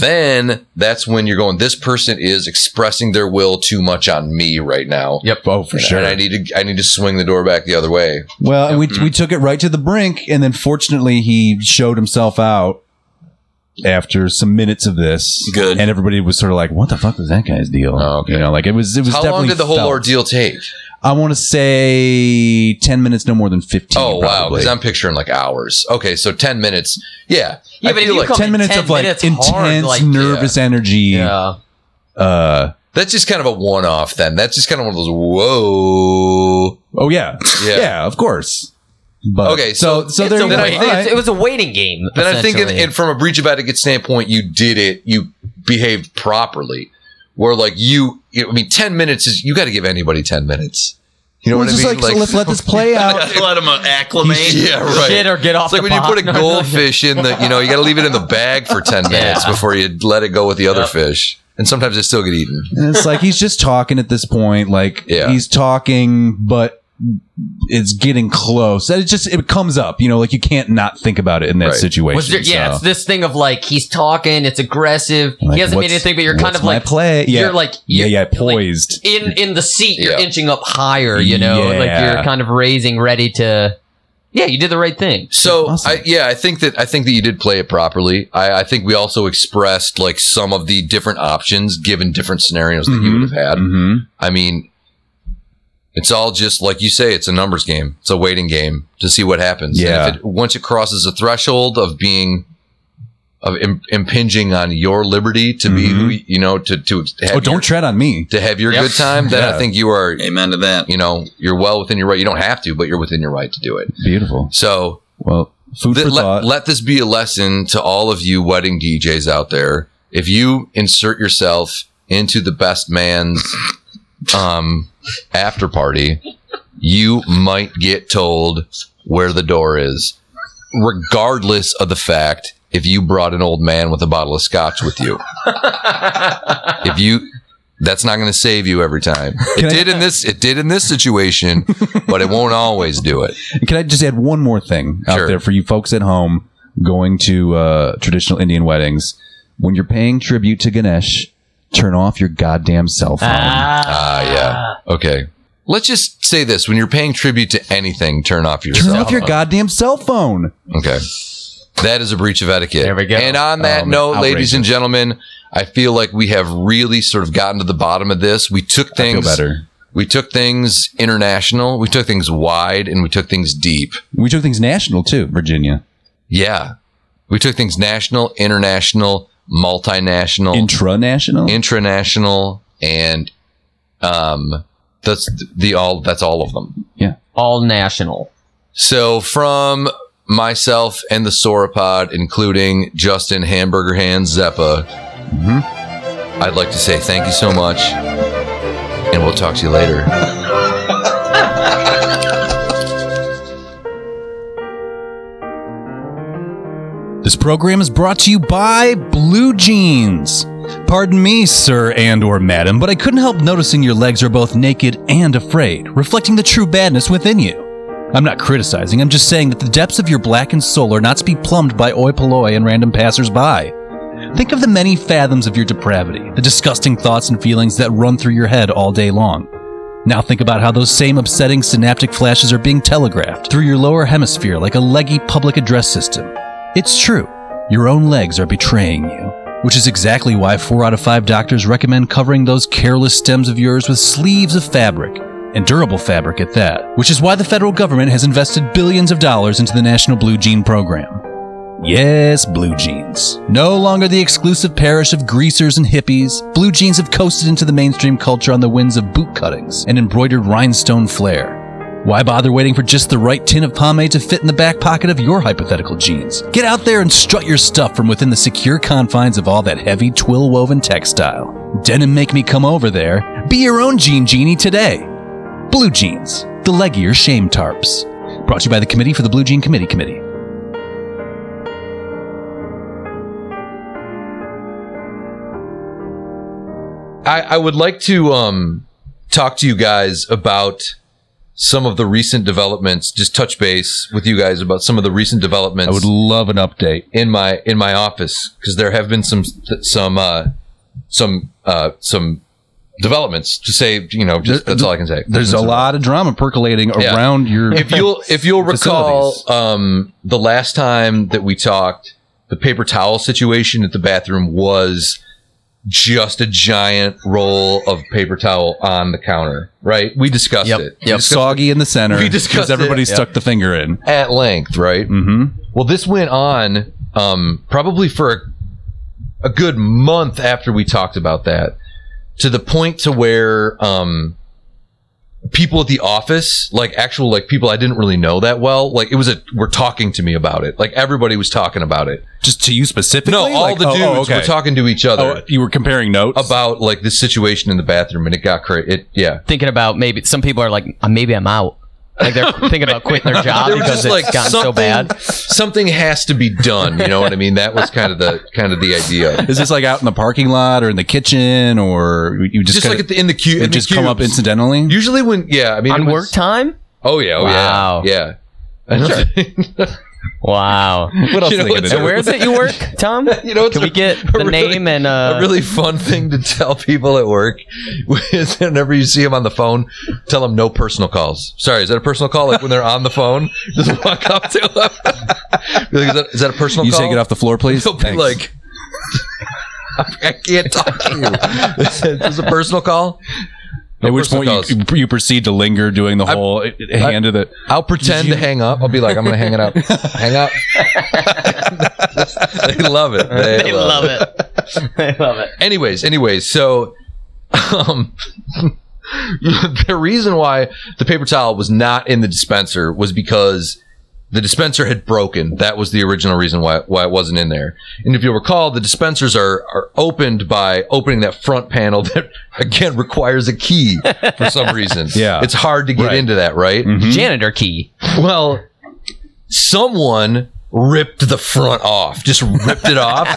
then that's when you're going this person is expressing their will too much on me right now Yep. Oh, for and, sure. and i need to i need to swing the door back the other way Well, and we Mm-hmm. Mhm. we took it right to the brink, and then fortunately, he showed himself out after some minutes of this. Good. and everybody was sort of like, "What the fuck was that guy's deal?" Oh, okay. You know, like it was. It was. how definitely long did the whole felt. ordeal take I want to say ten minutes, no more than fifteen. Oh wow, probably. because I'm picturing like hours. Okay, so ten minutes. Yeah, Yeah, I but if feel you like come- ten minutes 10 of like minutes intense, hard, like, nervous energy. Yeah. Uh, that's just kind of a one-off. Then that's just kind of one of those whoa. oh yeah. [laughs] Yeah. yeah, of course. But, Okay, so so It's there a you go. then I wait- think- All it's- right. It was a waiting game. Then I'm thinking, essentially. and from a breach of etiquette standpoint, you did it. You behaved properly. Where like you, I mean, ten minutes is you got to give anybody ten minutes. You know Well, what I it's mean? just like, so let's let [laughs] this play out. [laughs] Let him [laughs] acclimate. yeah, [laughs] right. shit or get off. it's like the when you put a [laughs] pot. goldfish in the, you know, you got to leave it in the bag for [laughs] ten minutes before you let it go with the other fish, and sometimes they still get eaten. And it's like he's just talking at this point. Like Yeah. he's talking, but it's getting close. And It just it comes up, you know, like you can't not think about it in that Right. situation. Was there, yeah, so. it's this thing of like he's talking, it's aggressive, Like, he hasn't made what's- anything, but you're kind what's of my like play. Yeah. you're like yeah, you're yeah, poised. in in the seat, you're Yeah. inching up higher, you know, like Yeah. you're kind of raising, ready to. Yeah, you did the right thing. So Awesome. I, yeah, I think that I think that you did play it properly. I, I think we also expressed like some of the different options given different scenarios that you would have had. hmm I mean, it's all just like you say, it's a numbers game. It's a waiting game to see what happens. And Yeah. if it, once it crosses a threshold of being of im- impinging on your liberty to be Mhm. who y- you know to to have Oh, don't your, tread on me. to have your Yep. good time, then I Yeah. think you are Amen to that. you know you're well within your right. You don't have to, but you're within your right to do it. Beautiful. So Well, food Th- for let, thought. let this be a lesson to all of you wedding DJs out there. If you insert yourself into the best man's um, after party, you might get told where the door is, regardless of the fact if you brought an old man with a bottle of scotch with [laughs] you. if you. That's not going to save you every time. It Can I- did in this. It did in this situation, but it won't always do it. Can I just add one more thing Sure. out there for you folks at home going to uh, traditional Indian weddings? When you're paying tribute to Ganesh, turn off your goddamn cell phone. Ah, yeah. Okay. Let's just say this: when you're paying tribute to anything, turn off your turn cell off your phone. goddamn cell phone. Okay. That is a breach of etiquette. There we go. And on that Um, note, ladies outrageous. and gentlemen, I feel like we have really sort of gotten to the bottom of this. We took I feel things better. we took things international, we took things wide, and we took things deep. We took things national too, Virginia. Yeah. We took things national, international, multinational. Intranational. Intranational and um that's the all that's all of them All national. so from myself and the sauropod including justin hamburger hands zeppa Mm-hmm. i'd like to say thank you so much and we'll talk to you later This program is brought to you by Blue Jeans. Pardon me, sir and or madam, but I couldn't help noticing your legs are both naked and afraid, reflecting the true badness within you. I'm not criticizing, I'm just saying that the depths of your blackened soul are not to be plumbed by oi polloi and random passersby. Think of the many fathoms of your depravity, the disgusting thoughts and feelings that run through your head all day long. Now think about how those same upsetting synaptic flashes are being telegraphed through your lower hemisphere like a leggy public address system. It's true, your own legs are betraying you, which is exactly why four out of five doctors recommend covering those careless stems of yours with sleeves of fabric, and durable fabric at that, which is why the federal government has invested billions of dollars into the National Blue Jean Program. Yes, blue jeans. No longer the exclusive parish of greasers and hippies, blue jeans have coasted into the mainstream culture on the winds of boot cuttings and embroidered rhinestone flair. Why bother waiting for just the right tin of pomade to fit in the back pocket of your hypothetical jeans? Get out there and strut your stuff from within the secure confines of all that heavy twill woven textile. Denim make me come over there. Be your own jean genie today. Blue Jeans, the leggier shame tarps. Brought to you by the Committee for the Blue Jean Committee Committee. I, I would like to um, talk to you guys about some of the recent developments. Just touch base with you guys about some of the recent developments I would love an update. in my in my office because there have been some some uh, some uh, some developments to say. You know, just that's all I can say. There's a lot of drama percolating Yeah. around [laughs] your. if [laughs] you'll if you'll recall um, the last time that we talked, the paper towel situation at the bathroom was just a giant roll of paper towel on the counter. Right? We discussed Yep. it. We Yep. discussed soggy in the center, We discussed because everybody it. stuck the finger in. it at length. Right? Mm-hmm. Well, this went on um, probably for a, a good month after we talked about that, to the point to where um, people at the office, like actual like people I didn't really know that well, like it was a were talking to me about it. Like everybody was talking about it. Just to you specifically. No, all Like, the oh, dudes oh, okay. were talking to each Oh, other you were comparing notes about like this situation in the bathroom, and it got crazy. It yeah. Thinking about maybe some people are like, "Uh, maybe I'm out. Like [laughs] they're thinking about quitting their job They were because just it's like gotten something, so [laughs] bad. something has to be done. You know what I mean? That was kind of the kind of the idea. Is this like out in the parking lot or in the kitchen, or you just, Just like kinda- at the, in the queue, it in the just come up cubes. incidentally? Usually when yeah, I mean On it was- work time? Oh yeah, oh Wow. yeah, yeah. [laughs] [laughs] Wow. what else You are they know, gonna it's a do? And where is it [laughs] you work, Tom? you know, it's Can a- we get a the really- name [laughs] and uh, a really fun thing to tell people at work is [laughs] whenever you see them on the phone, tell them no personal calls. Sorry, is that a personal call? Like when they're on the phone, just walk up [laughs] to them. Be like, is, that, is that a personal You call? say get off the floor, please. They'll be Thanks. like, [laughs] I can't talk to you. is this a personal call? No At which personal point you, calls. you- you proceed to linger doing the whole hand of the. I'll pretend to hang up. I'll be like, I'm going to hang it up. hang up. [laughs] they love it. They, they love, love it. it. [laughs] they love it. Anyways, anyways, so [laughs] um, [laughs] the reason why the paper towel was not in the dispenser was because the dispenser had broken. That was the original reason why why it wasn't in there. And if you'll recall, the dispensers are are opened by opening that front panel [laughs] that again requires a key for some reason. [laughs] Yeah. it's hard to get Right. into that, right? Janitor key. Well, someone ripped the front off, just ripped it off.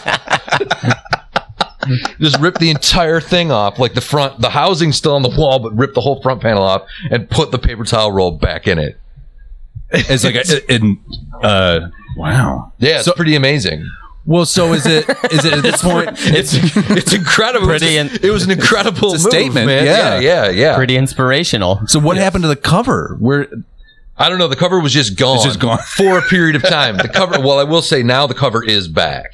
[laughs] just ripped the entire thing off, like the front, the housing's still on the wall, but ripped the whole front panel off and put the paper towel roll back in it. It's like a, in uh, wow. Yeah, it's pretty amazing. Well, so is it? Is it at this point? [laughs] It's it's incredible. Pretty it, was, it was an incredible It's a move, statement, man. yeah. yeah, yeah, yeah. Pretty inspirational. So what happened to the cover? Where I don't know. The cover was just gone. just gone. for a period of time. The cover. Well, I will say now the cover is back.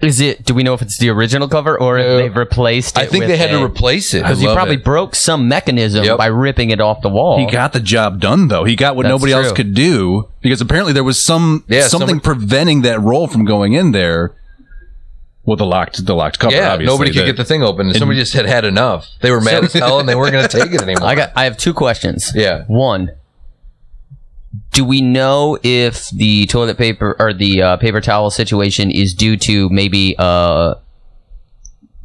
Is it? Do we know if it's the original cover or if No. they've replaced it? Uh, I think they had to replace it because I you love probably it. broke some mechanism Yep. by ripping it off the wall. he got the job done, though. He got what That's nobody else true. could do because apparently there was some Yeah, something somebody- preventing that roll from going in there. Well, the locked the locked cover. Yeah, obviously, nobody could that- get the thing open. And somebody just had had enough. They were mad as hell, and they weren't [laughs] going to take it anymore. I got. I have two questions. Yeah. One. Do we know if the toilet paper or the uh, paper towel situation is due to maybe uh,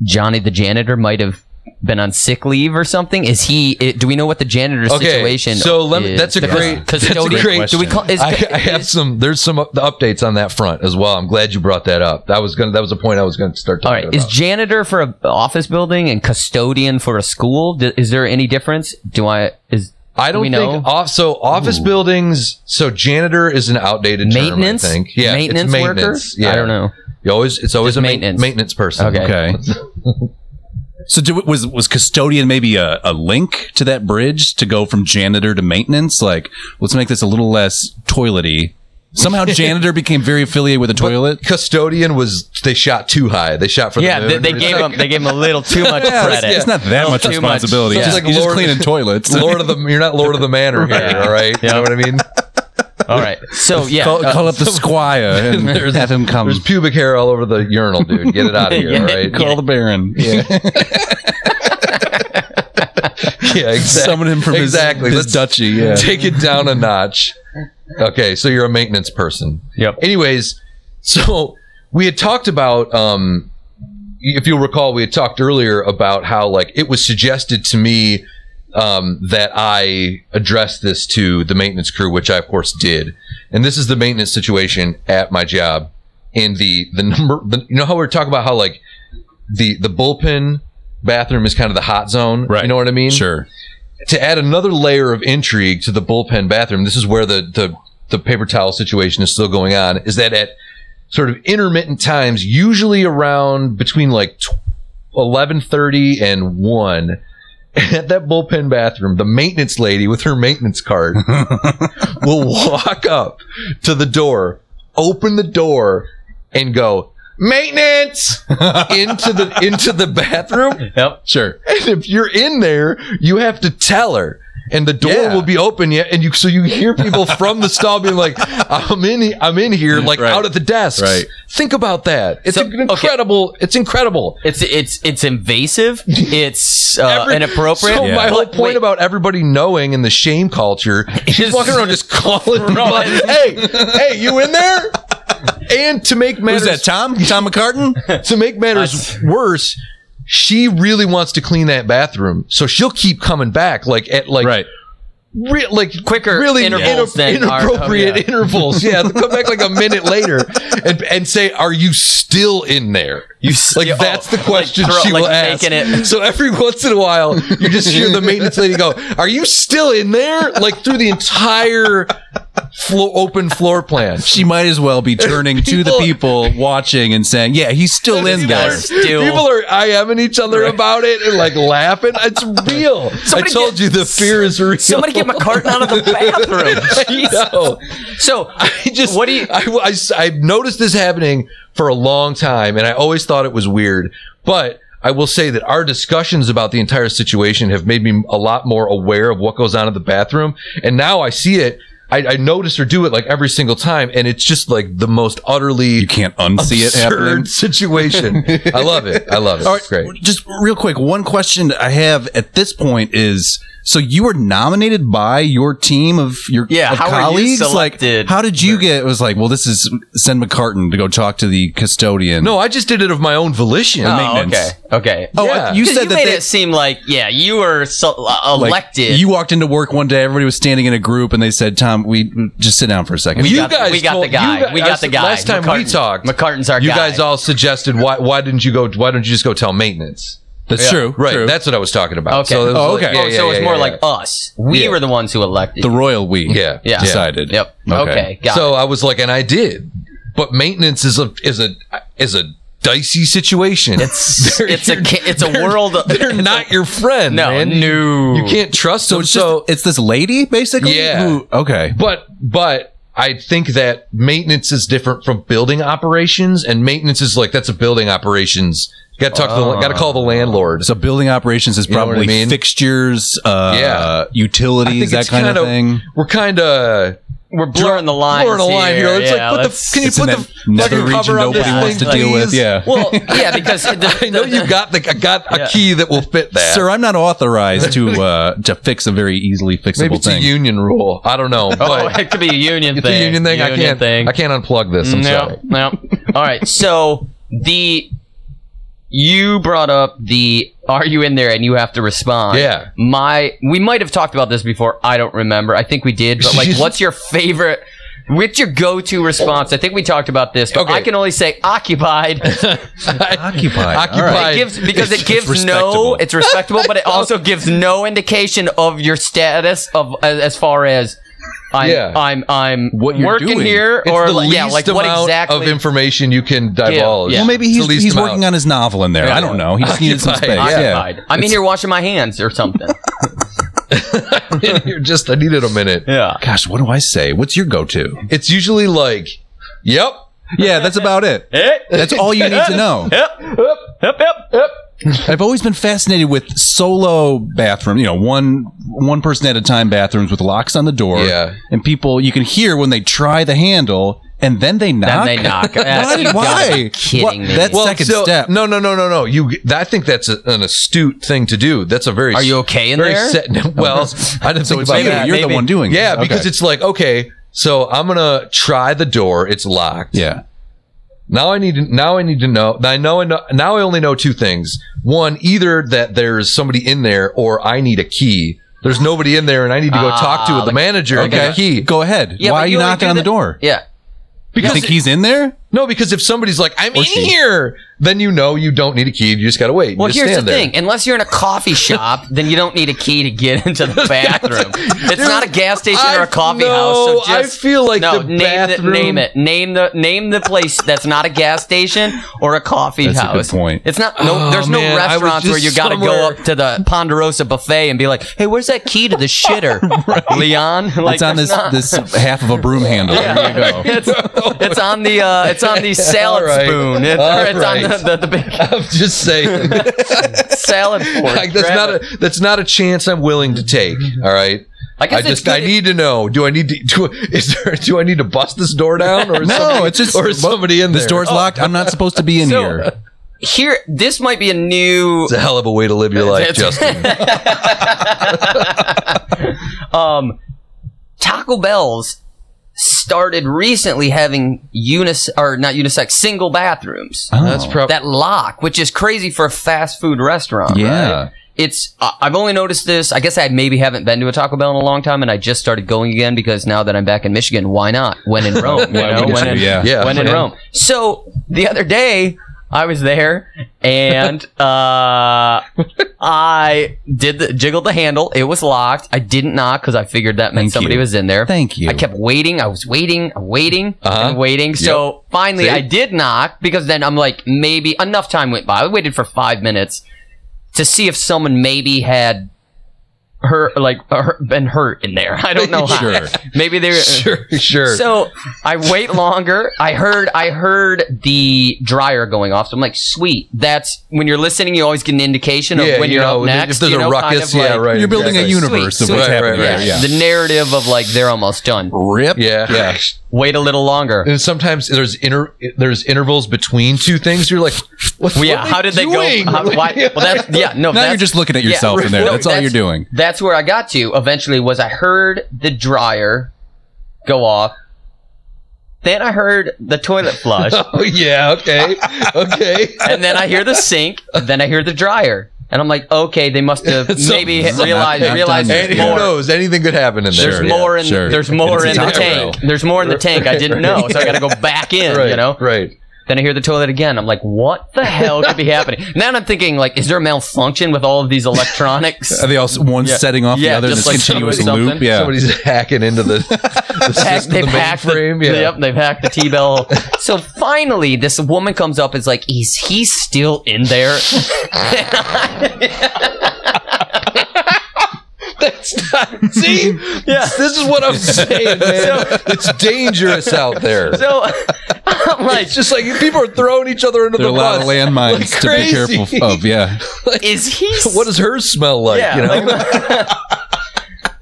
Johnny the janitor might have been on sick leave or something? Is he? i do we know what the janitor Okay, situation? so let me- that's a The cus- great- that's a custodian- great Do we call? Is, I, I have some. There's some up, the updates on that front as well. I'm glad you brought that up. That was gonna. That was a point I was going to start All talking right. Is about. janitor for a office building and custodian for a school? D- is there any difference? Do I is I don't we know? think off. So office buildings. So janitor is an outdated maintenance? Term, I think. Yeah, it's maintenance, maintenance. worker. Yeah, I don't know. You always. It's always Just a maintenance maintenance. maintenance person. Okay. Okay. [laughs] so do, was was custodian maybe a, a link to that bridge to go from janitor to maintenance? Like, let's make this a little less toilety. [laughs] Somehow janitor became very affiliated with the toilet. Custodian was. They shot too high. They shot for Yeah, the they, moon. they It's gave like him they gave him a little too [laughs] much credit. It's not that much too much. responsibility. Yeah. It's just, Like you're just Lord- cleaning toilets. [laughs] Lord of the. You're not Lord of the Manor here. All right. You know what I mean. All right. So [laughs] yeah, call, uh, call up the [laughs] squire and There's- have him come. There's pubic hair all over the urinal, dude. Get it out [laughs] of here, Yeah. all right? Call [laughs] the baron. Yeah. yeah, exactly. Summon him from his- exactly. his Let's duchy, yeah. Take it down a notch. Okay, so you're a maintenance person. Yep. Anyways, so we had talked about um if you'll recall we had talked earlier about how like it was suggested to me um, that I addressed this to the maintenance crew, which I of course did. And this is the maintenance situation at my job. And the the number, the, you know how we are talking about how like the the bullpen bathroom is kind of the hot zone, Right. You know what I mean? Sure. To add another layer of intrigue to the bullpen bathroom, this is where the the the paper towel situation is still going on. Is that at sort of intermittent times, usually around between like tw- 11:30 and 1 at that bullpen bathroom, the maintenance lady with her maintenance [laughs] card will walk up to the door, open the door and go maintenance into the into the bathroom. Yep. Sure. And if you're in there, you have to tell her and the door Yeah. will be open yet and you so you hear [laughs] people from the stall being like i'm in i'm in here like Right. out at the desks Right. think about that it's So- an incredible it's incredible it's it's it's invasive. It's uh, Every- inappropriate. So Yeah. my whole But point wait. about everybody knowing and the shame [laughs] culture, she's Is- walking around just [laughs] calling, people like, "Hey, hey, you in there?" And to make Who's matters that? Tom? Tom [laughs] McCartan? to make matters worse, she really wants to clean that bathroom, so she'll keep coming back, like at like right. re- like Quicker really intervals than are- oh, inappropriate yeah. intervals. Yeah, they'll come back like a minute later and, and say, "Are you still in there?" [laughs] You like yeah, that's oh, the question like, throw- she will like, ask. making [laughs] it- So every once in a while, you just hear the maintenance lady go, "Are you still in there?" Like through the entire floor, open floor plan. She might as well be turning to the people watching and saying, "Yeah, he's still in People there." are, Still- people are IMing each other about it and like laughing. It's real. Somebody I told get- you the fear is real. [laughs] Somebody get my carton out of the bathroom. Jesus. No. So [laughs] I just What do you- I, I, have noticed this happening for a long time, and I always thought it was weird. But I will say that our discussions about the entire situation have made me a lot more aware of what goes on in the bathroom, and now I see it. I, I notice or do it like every single time, and it's just like the most utterly You can't unsee it happening. absurd situation. I love it. I love it. All right, It's great. Just real quick, one question I have at this point is: so you were nominated by your team of your Yeah, of how were you colleagues? like, selected? how did you get? It was like, well, this is send McCartan to go talk to the custodian. No, I just did it of my own volition. oh, okay, maintenance. okay. oh, I- yeah. you 'Cause said that made they, it seem like yeah, you were so, uh, like, elected. You walked into work one day, everybody was standing in a group, and they said, "Tom, we just sit down for a second. you got the- guys, we got told- the guy. you guys- We got the guy. Last time we McCartan. talked, McCartan's our you guy. guys all suggested why why didn't you go? Why don't you just go tell maintenance? That's Yeah, true. Right. true. That's what I was talking about. Okay. So it was Oh, like- okay. yeah, oh, yeah, so it's yeah, more yeah, like us. We Yeah. were the ones who elected. the royal we. yeah. Yeah. decided. yep. Okay. Got so I was like, and I did, but maintenance is a is a is a dicey situation. it. it's They're it's a your- ki- it's a they're- world. [laughs] of- They're it's a- not your friend. No, man. no. You can't trust So them. it's just so it's this lady basically. Yeah. Who, okay. But but I think that maintenance is different from building operations, and maintenance is like that's a building operations. Got to talk to Ah. the got to call the landlord. So building operations is know what I probably mean? fixtures, uh, Yeah. utilities, that it's kind of thing. We're kind of [laughs] We're blurring the lines. blurring a line here. It's Yeah, like, what the let's- f- can you It's in put that the nether fucking region cover on this nobody thing, wants to deal with. please? Yeah. [laughs] Well, yeah, because the, [laughs] I know you got the I got a Yeah. key that will fit that. Sir, I'm not authorized [laughs] to uh, to fix a very easily fixable Maybe it's thing. a union rule. I don't know, [laughs] [laughs] Oh, but it could be a union it's thing. a union thing. I can't. Thing. I can't unplug this. I'm no, sorry. no. All right. So the you brought up the are you in there and you have to respond. Yeah. My we might have talked about this before. I don't remember. I think we did. [laughs] But like, what's your favorite? What's your go-to response? I think we talked about this, but Okay. I can only say [laughs] occupied. Occupied. Occupied. All right. It gives because It's- it gives it's respectable. no. It's respectable, [laughs] but it also gives no indication of your status of as, as far as I'm Yeah. I'm I'm What you're working doing. here It's or the like- least yeah, like amount what exactly of information you can divulge. yeah. Well, maybe It's the he's, least he's amount. [laughs] working on his novel in there. I don't know. He just needed some space. Occupied, yeah. Yeah. occupied. I'm in here washing my hands or something. [laughs] You're just I needed a minute. [laughs] yeah. Gosh, what do I say? What's your go-to? It's usually like, yep, Yeah, that's about it. Yep. [laughs] That's all you need to know. Eh? Yep. Yep. Yep. I've always been fascinated with solo bathroom, you know, one one person at a time bathrooms with locks on the door. Yeah. And people you can hear when they try the handle and then they knock. Then [laughs] they knock. Why- You gotta why? be Kidding What- me. that's- second step. No, no, no, no, no. You, I think that's a, an astute thing to do. That's a very. Are you okay in very there? set- [laughs] [laughs] well, I didn't think it's about you. that. You're the maybe. one doing Yeah, it. Okay. because it's like okay, so I'm gonna try the door. It's locked. yeah. Now I need to, now I need to know. I know, I know now I only know two things. One, either that there's somebody in there, or I need a key. There's nobody in there, and I need to go Ah, talk to the like- manager and get a key. Go ahead. Yeah, Why but are you, you only knocking do on the the- door? Yeah. You Because think he's in there? no, because if somebody's like, I'm in she. here, then you know you don't need a key. You just gotta wait. You Well, just here's the stand there. thing. Unless you're in [laughs] a coffee shop, then you don't need a key to get into the bathroom. It's not a gas station or a I've- coffee no, house. So I just, feel like no, the name bathroom- It, name it. Name the name the place that's not a gas station or a coffee That's a good house. point. It's not. No, Oh, there's no man, I was restaurants where you just got to go somewhere- up to the Ponderosa buffet and be like, "Hey, where's that key to [laughs] the shitter, Leon?" Like, it's on there's this not- this half of a broom [laughs] handle. There you go. It's, it's on the uh, it's [laughs] on the salad All right. spoon. It's, All or it's on the, right. the, the [laughs] big [laughs] I'm just saying. salad fork. Like, that's not Grab it. a that's not a chance I'm willing to take. All right. guess I it's just good I if- need to know. Do I need to do? Is there? Do I need to bust this door down? Or is No, somebody, it's just- or is somebody in This there? door's locked. I'm not supposed to be in Oh. So- here. here this might be a new It's a hell of a way to live your life, That's- [laughs] Justin. um Taco Bell's started recently having unis or not unisex single bathrooms. Oh. That's probably That lock, which is crazy for a fast food restaurant. Yeah. right? It's I- I've only noticed this. I guess I maybe haven't been to a Taco Bell in a long time and I just started going again because now that I'm back in Michigan, why not? When in Rome, you Why know? wouldn't When you? in, yeah. yeah. when in Yeah. Rome. So the other day, I was there and [laughs] uh, I did the, jiggled the handle. It was locked. I didn't knock because I figured that meant Thank somebody you. was in there. Thank you. I kept waiting. I was waiting, waiting, Uh-huh. and waiting. So finally, See? I did knock because then I'm like, maybe enough time went by. I waited for five minutes to see if someone maybe had hurt, like uh, hurt, been hurt in there. [laughs] I don't know. how. Sure. Maybe they [laughs] were. sure, sure. So I wait longer. I heard I heard the dryer going off. So I'm like, sweet. That's when you're listening, you always get an indication of yeah, when you you're know, up next. if there's you a know, kind ruckus, of like- yeah, right. You're building a exactly. universe Sweet, of what's sweet. Right, happening right, there. right. Yeah. The narrative of like they're almost done. Rip. Yeah, yeah. Wait a little longer. And sometimes there's inter there's intervels between two things. You're like, what, Well, what yeah, are how did they doing? go? How, why, [laughs] well, that's yeah. No, Now that's, you're just looking at yeah, yourself in there. no, That's, all you're doing. That's where I got to eventually was I heard the dryer go off. Then I heard [laughs] the toilet flush. oh yeah, okay, okay. and then I hear the sink, and then I hear the dryer, and I'm like, okay, they must have [laughs] Some- maybe hit- some- realized I've realized done that, And there's who yeah. more. knows? Anything could happen in there. There's Yeah. more in sure. therez more It's in a the Taco tank. Bell. There's more in the tank. I didn't know, so [laughs] I got to go back in. Right, You know. right. Then I hear the toilet again. I'm like, what the hell could be happening? Now I'm thinking, like, is there a malfunction with all of these [laughs] electronics? Are they all s- one Yeah. setting off Yeah, the other in just this like continuous somebody- loop? something. Yeah. Somebody's [laughs] hacking into the, the Hack- system, the mainframe. the, Yeah. Yep, they've hacked the T Bell. [laughs] so finally, this woman comes up. Is like, is he still in there? That's not, [laughs] see, Yeah. this is what I'm saying, [laughs] man. it's dangerous out there. So [laughs] I'm like, it's just like people are throwing each other under There are the a lot bus. of landmines Like to be crazy. careful of. Yeah. is he? [laughs] What does hers smell like? Yeah, you know,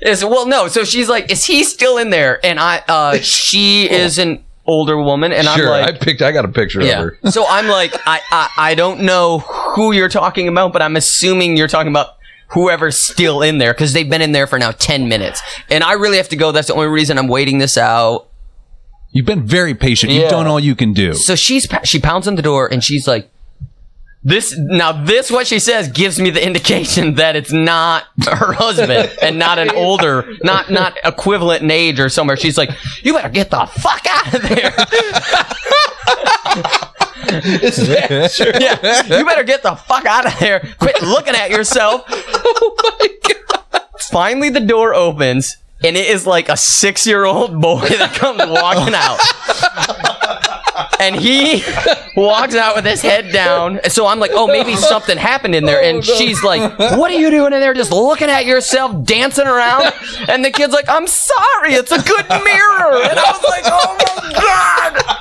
is well no so she's like is he still in there and i uh she is an older woman and Oh. sure. i'm like I picked. I got a picture of her. [laughs] yeah so i'm like I, I i don't know who you're talking about but i'm assuming you're talking about whoever's still in there because they've been in there for now 10 minutes and i really have to go that's the only reason i'm waiting this out You've been very patient. You've Yeah. done all you can [laughs] do. so she's pa- she pounds on the door and she's like this now this what she says gives me the indication that it's not her husband and not an older not not equivalent in age or somewhere she's like you better get the fuck out of there Is that true? yeah [laughs] you better get the fuck out of there quit looking at yourself [laughs] oh my god finally the door opens and it is like a six year old boy that comes walking out and he walks out with his head down. So I'm like, oh, maybe something happened in there. And she's like, what are you doing in there? Just looking at yourself, dancing around. And the kid's like, I'm sorry, it's a good mirror. And I was like, oh my god.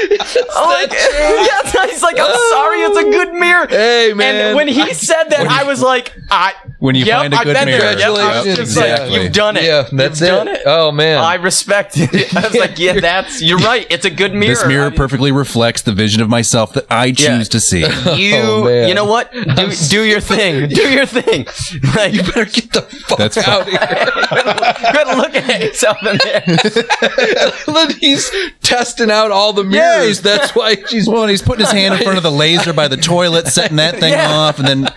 like, yeah, he's like, I'm sorry, it's a good mirror. Hey man. And when he said that, I was like, I, When you Yep, find a I've good been there. mirror, Yep, I've Congratulations. It's like, exactly. you've done it. Yeah, that's You've it. done it. Oh man. I respect it. [laughs] I was like, yeah, that's you're right. It's a good mirror. this mirror [laughs] perfectly reflects the vision of myself that I choose Yeah. to [laughs] see. I- you, Oh, man. you know what? Do, do your thing. Do your thing. [laughs] Like, you better get the fuck That's fu- out of here. good looking at yourself in there. [laughs] Look, He's testing out all the mirrors. That's why she's. Well, and he's putting his hand in front of the laser by the toilet, setting that thing off, and then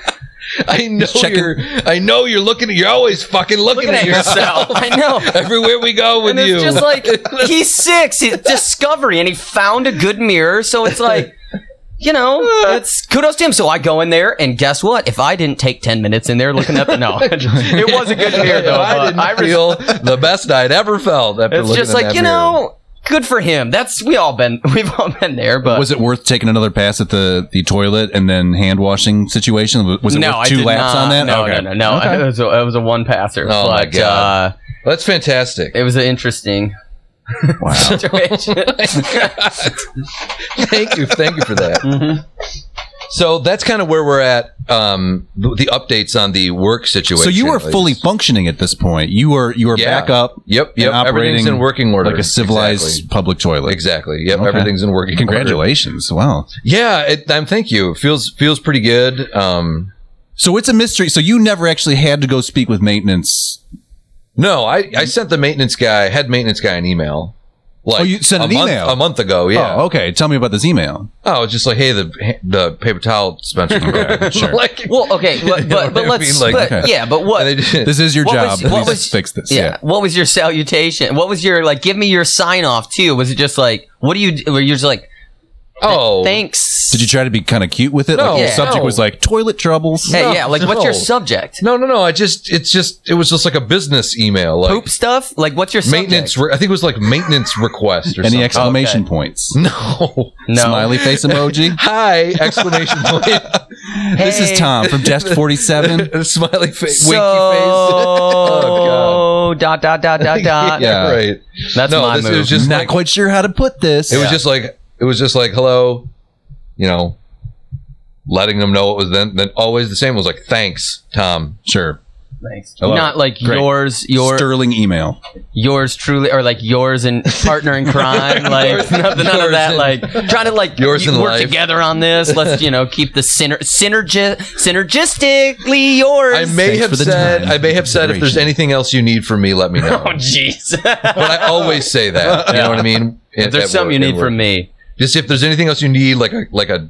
I know checking- you're. I know you're looking at. You're always fucking looking, Looking at yourself. I know. [laughs] Everywhere we go with And you. it's just like he's six. He's discovery, and he found a good mirror. So it's like, you know, it's kudos to him. So I go in there, and guess what? If I didn't take ten minutes in there looking at the no, [laughs] it was [laughs] a good mirror [laughs] though. I but didn't I res- feel the best I'd ever felt after it's looking just in like that you mirror. know, good for him. That's we all been [laughs] we've all been there, but was it worth taking another pass at the, the toilet and then hand washing situation? Was it no, worth I two did laps not. on that? No, Okay. no, no, no. It, was a, it was a one passer. Oh, my but, God. Uh, That's fantastic. it was an interesting [laughs] Wow. situation. thank you, thank you for [laughs] that. Mm-hmm. So that's kind of where we're at. Um, th- the updates on the work situation. So you are at fully least. functioning at this point. You are you are Yeah. back up. Yep, and yep. operating Everything's in working order, like a civilized Exactly. public toilet. Exactly. Yep. Okay. Everything's in working. order. Congratulations! Wow. Yeah. It, I'm. Thank you. It feels feels pretty good. Um, So it's a mystery. So you never actually had to go speak with maintenance. no, I I sent the maintenance guy head maintenance guy an email. Like Oh, you sent a an month, email? a month ago. Yeah. Oh, okay. Tell me about this email. Oh, just like hey, the the paper towel dispenser. [laughs] Okay, sure. [laughs] uh, like, well, okay, but know but, what but I let's mean? Like- but, yeah, but what? and they did- This is your What job. was- what Please was- fix this. yeah. What was your salutation? What was your like? Give me your sign off too. Was it just like what do you? Were you just like oh, thanks? Did you try to be kind of cute with it? No, like your yeah. subject no. was like toilet troubles. hey, No, yeah. Like, what's your no. subject? no, no, no. I just it's just it was just like a business email. Like Poop stuff. Like, what's your maintenance. Subject? Re- I think it was like maintenance request or Any something. exclamation points? no. No. Smiley face emoji. [laughs] Hi! Exclamation [laughs] point. This is Hey. Tom from [laughs] Jest Forty Seven. [laughs] Smiley face. So, winky face. [laughs] Oh, dot dot dot dot [laughs] dot. yeah, Yeah. right. That's no, my this, move. it was just Not like, quite sure how to put this. It was just like it was just like hello, you know, letting them know it was then. Then always the same. It was like thanks, Tom. sure. Thanks. I love Not it. like Great. yours, your [laughs] Sterling email. yours truly, or like yours and partner [laughs] in crime, like nothing, none yours of that. in- Like trying to like Yours in work life. together on this. Let's you know keep the syner- synergi- synergistically yours. I may Thanks for have the said. time I may have said if there's consideration. anything else you need from me, let [laughs] me know. oh jeez. but I always say that. You know what I mean? At- If there's at something work- you need at work. from me, Just if there's anything else you need, like a like a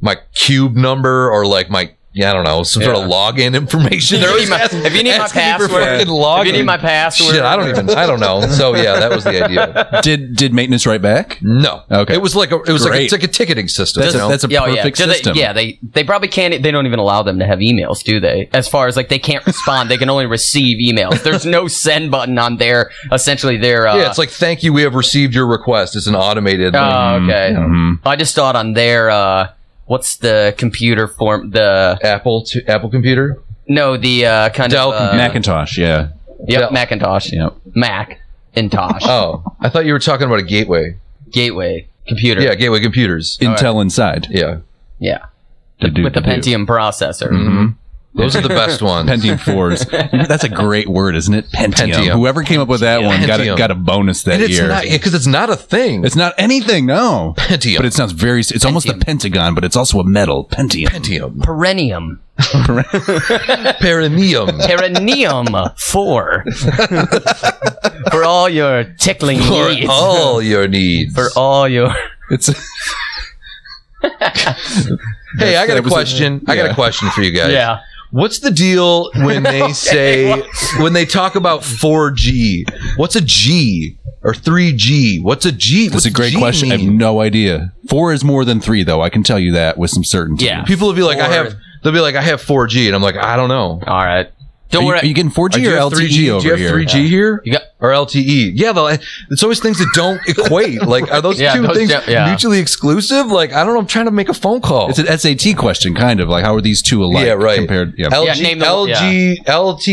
my cube number or like my yeah, I don't know, some sort of login information. They're always ask- if [laughs] you need my asking me for password, fucking if you login. need my password, Shit, I don't even. I don't know. So yeah, that was the idea. did did maintenance write back? No, Okay. It was like a. It was like a, Great. it's like a ticketing system. That's you a- know? that's a Yeah, oh, perfect yeah. Do system. They, yeah, they they probably can't. They don't even allow them to have emails, do they? As far as like they can't respond, they can only receive emails. There's no send button on their essentially their. Uh, yeah, it's like thank you. We have received your request. It's an automated. Uh, um, Oh, like, Mm-hmm. okay. Mm-hmm. I just saw it on their. Uh, what's the computer form? The Apple to Apple computer. no, the uh, kind Dell of uh, Macintosh. Yeah. Yep, Dell. Macintosh. Yep. Mac and Tosh Oh, I thought you were talking about a gateway. gateway computer. Yeah, gateway computers. Intel inside. Yeah, yeah, Do-do-do-do. with the Pentium processor. Mm-hmm. those are the best ones. [laughs] [laughs] Pentium fours. That's a great word, isn't it? Pentium. Pentium. Whoever came up with that one got a, Pentium. got a bonus that and it's year. not because it's not a thing. it's not anything, no. Pentium. But it sounds very. It's almost the Pentagon, but it's also a metal. Pentium. Pentium. Perennium, Perineum. Perennium four for all your tickling For needs. [laughs] all your needs. for all your It's hey, I got a that was it. question. I got a Yeah. question for you guys. What's the deal when they [laughs] say when they talk about 4G? What's a G or 3G? What's a G? it's What's a great G question. I have mean? no idea. Four is more than three, though. I can tell you that with some certainty. Yeah. People will be like, I Four. have. They'll be like, I have 4G, and I'm like, I don't know. All right. Are Don't you, worry. are you getting 4G Do you or have LTG 3G? over Do you have here? 3G here? You got- or LTE? Yeah, the, it's always things that don't equate. Like, are [laughs] those Yeah, two those things don't- yeah. mutually exclusive? Like, I don't know. I'm trying to make a phone call. It's an SAT question, kind of like how are these two alike? Yeah, right. Compared, yeah. LG, Yeah, name the- LG LTE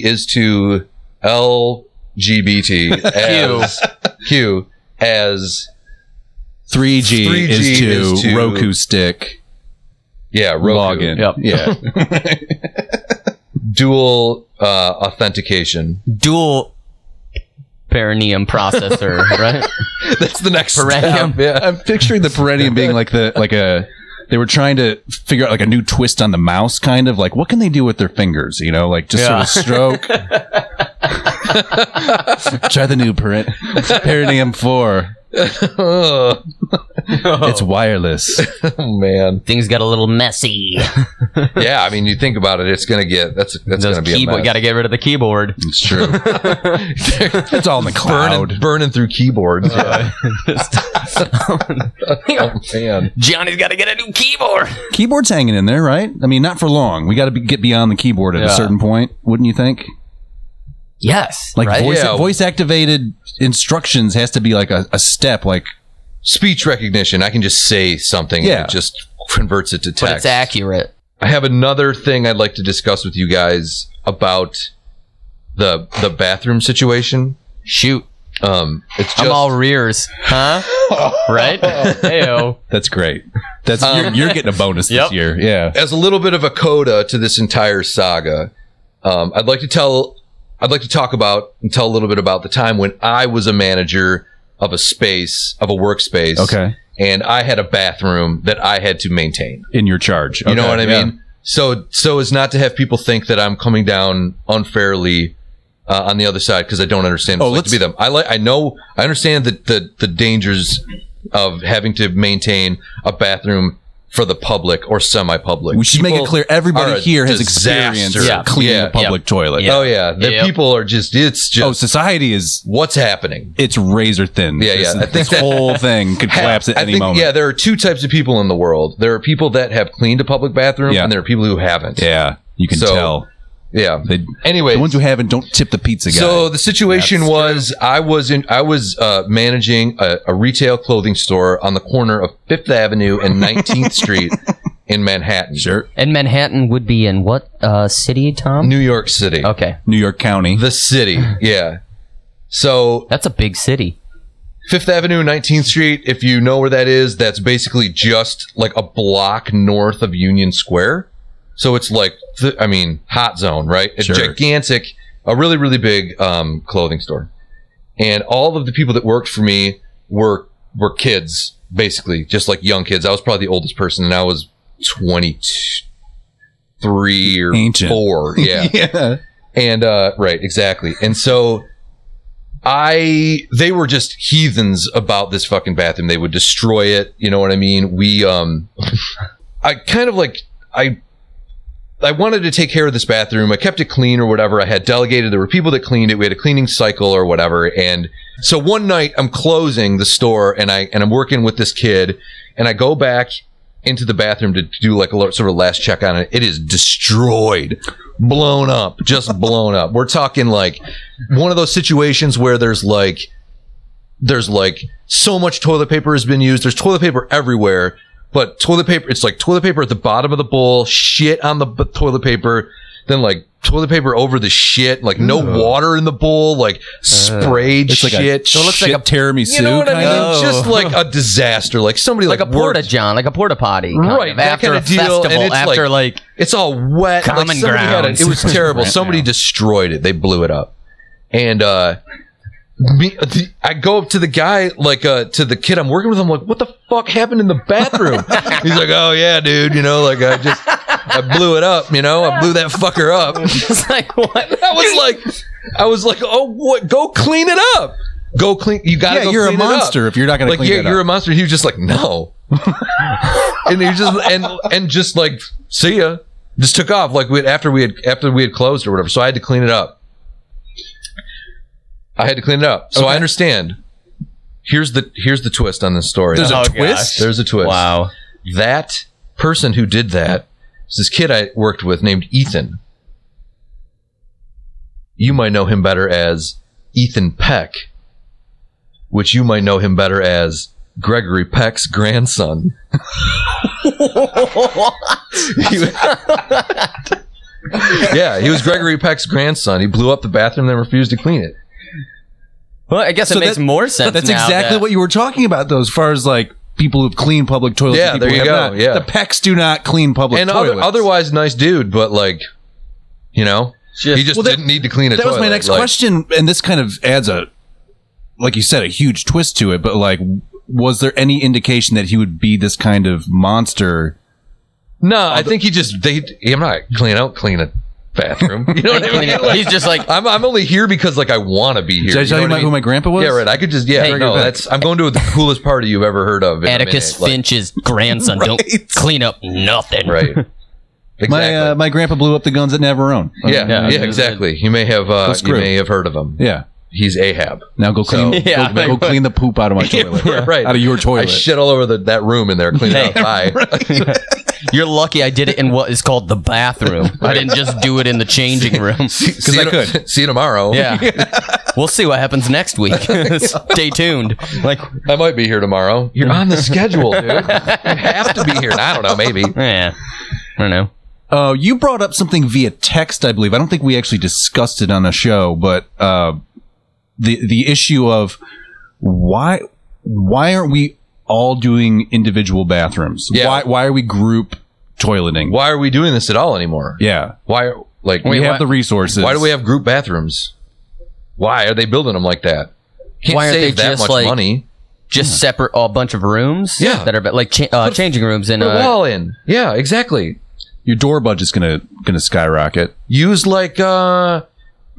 E is to LGBT as Q as 3G, 3G is, to is to- Roku stick Yeah, Roku. login. Yep. Yeah. Dual uh, authentication. dual perineum processor, right? That's the next Perennium. step. [laughs] Yeah. I'm picturing the Perennium being like the like a they were trying to figure out like a new twist on the mouse, kind of like what can they do with their fingers? You know, like just sort of stroke. Try the new Peren- Perineum Four. Oh, It's wireless. man. Things got a little messy. Yeah, I mean, you think about it, it's gonna get that's that's Those gonna be a keyboard mess. [laughs] got to get rid of the keyboard. It's true. it's all in the [laughs] cloud. burning, burning through keyboards. Yeah. oh man, Johnny's got to get a new keyboard. Keyboard's hanging in there, right? I mean, not for long. We got to be, get beyond the keyboard at a Yeah. certain point, wouldn't you think? Yes. Like right? voice, Yeah. voice activated instructions has to be like a, a step, like speech recognition. I can just say something. Yeah. and it just converts it to text. but it's accurate. I have another thing I'd like to discuss with you guys about the the bathroom situation. Shoot. Um, it's just I'm all rears. [laughs] Huh? right? Heyo. That's great. That's Um, you're, you're getting a bonus Yep. this year. Yeah. as a little bit of a coda to this entire saga. Um, I'd like to tell, I'd like to talk about and tell a little bit about the time when I was a manager of a space of a workspace. Okay. and I had a bathroom that I had to maintain. In your charge. You know Okay, what I yeah. mean? So so as not to have people think that I'm coming down unfairly uh, on the other side because I don't understand. what Oh, it's like to let's- be them. I like I know I understand the, the the dangers of having to maintain a bathroom for the public or semi-public. We should make it People clear are everybody a here has disaster. experienced Yeah. cleaning Yeah. the public toilet. Yeah. Oh yeah, the Yep. people are just it's just Oh, society is what's happening. it's razor thin. Yeah, This, yeah. I think this [laughs] that- whole thing could collapse at I any think, moment. Yeah, there are two types of people in the world. There are people that have cleaned a public bathroom, Yeah. and there are people who haven't. Yeah, you can So, tell. yeah. They, Anyway, the ones who haven't don't tip the pizza guy. So the situation was I was in I was uh, managing a, a retail clothing store on the corner of Fifth Avenue and [laughs] 19th Street in Manhattan, sure. And Manhattan would be in what uh, city, Tom? New York City, Okay. New York County. the city. Yeah. So That's a big city. Fifth Avenue, and 19th Street. If you know where that is, that's basically just like a block north of Union Square. So it's like th- I mean, hot zone, right? It's Sure. gigantic, a really really big um, clothing store, and all of the people that worked for me were were kids, basically, just like young kids. I was probably the oldest person, and I was twenty three or Ancient. four. [laughs] Yeah. [laughs] yeah. And uh, right, exactly. And so I they were just heathens about this fucking bathroom. They would destroy it, you know what I mean? We um I kind of like I I wanted to take care of this bathroom. I kept it clean or whatever. I had delegated. There were people that cleaned it. We had a cleaning cycle or whatever. And so one night I'm closing the store and I and I'm working with this kid and I go back into the bathroom to do like a lo- sort of last check on it. It is destroyed, blown up, just [laughs] blown up. We're talking like one of those situations where there's like there's like so much toilet paper has been used. There's toilet paper everywhere, but toilet paper it's like toilet paper at the bottom of the bowl, shit on the b- toilet paper, then like toilet paper over the shit, like no water in the bowl, like sprayed It's like shit. a so it looks like a tiramisu. you know what I kind of? mean? Just [laughs] like a disaster, like somebody Like like, a porta worked- john, like a porta potty. kind Right, of, that after kinda a deal, and festival, it's after like, it's all wet. Like, Common somebody had it. grounds. It was terrible. Somebody destroyed it. They blew it up. And uh, me, the, I go up to the guy, like uh, to the kid I'm working with. I'm like, "What the fuck happened in the bathroom?" He's like, "Oh yeah, dude. You know, like I just I blew it up. You know, I blew that fucker up." [laughs] it's like [laughs] what? I was like, I was like, "Oh, what? Go clean it up. Go clean. You gotta. yeah, go you're a clean it up." monster if you're not going to like clean yeah, it you're a up. monster. He was just like no, [laughs] and he just and and just like see ya, just took off like we had, after we had after we had closed or whatever. So I had to clean it up. I had to clean it up. So I understand. Here's the here's the twist on this story. There's a now. twist. There's a twist. Wow. That person who did that is this kid I worked with named Ethan. You might know him better as Ethan Peck, which you might know him better as Gregory Peck's grandson. [laughs] He- yeah, he was Gregory Peck's grandson. He blew up the bathroom and then refused to clean it. Well, I guess So it makes that- more sense. That's now exactly that- what you were talking about, though, as far as like people who've cleaned public toilets. Yeah, and people there you who have go, not. yeah. the Pecks do not clean public and toilets. other, otherwise nice dude, but like, you know, he just Well, that- didn't need to clean a that toilet. was my next like, question, and this kind of adds a, like you said, a huge twist to it. But like, was there any indication that he would be this kind of monster? No, I think he just they. I'm not clean. I don't clean a bathroom. You know what [laughs] I mean? [laughs] Like, He's just like, I'm, I'm only here because like I want to be here. Did I tell know you what about who mean? my grandpa was? Yeah, right. I could just yeah. Hey, no, that's I'm going to the coolest party you've ever heard of. in a Atticus minute, Finch's [laughs] grandson don't clean up nothing. like- right? Exactly. My uh, my grandpa blew up the guns at Navarone. yeah, yeah, yeah, it- exactly. You may have uh, you screw. may have heard of him. yeah. He's Ahab. Now go [laughs] clean. So- yeah, Yeah, go, like- go clean the [laughs] poop out of my toilet. right. Out of your toilet. I shit all over the, that room in there cleaning up. Bye. [laughs] You're lucky I did it in what is called the bathroom. I didn't just do it in [laughs] the changing room. Because I you, could. See you tomorrow. [laughs] Yeah. We'll see what happens next week. [laughs] Stay tuned. Like, I might be here tomorrow. You're on the schedule, dude. [laughs] You have to be here. I don't know, maybe. yeah. I don't know. Uh, you brought up something via text, I believe. I don't think we actually discussed it on the show, but uh, the the issue of why why aren't we all doing individual bathrooms? Yeah. Why why are we group toileting? Why are we doing this at all anymore? Yeah, Why like we why- have the resources. why do we have group bathrooms? Why are they building them like that? Can't Why aren't save they that just, much like, money? Just separate a bunch of rooms Yeah. that are ba- like cha- uh, changing rooms and Put a uh, wall in. Yeah, exactly. your door budget's gonna gonna skyrocket? Use like uh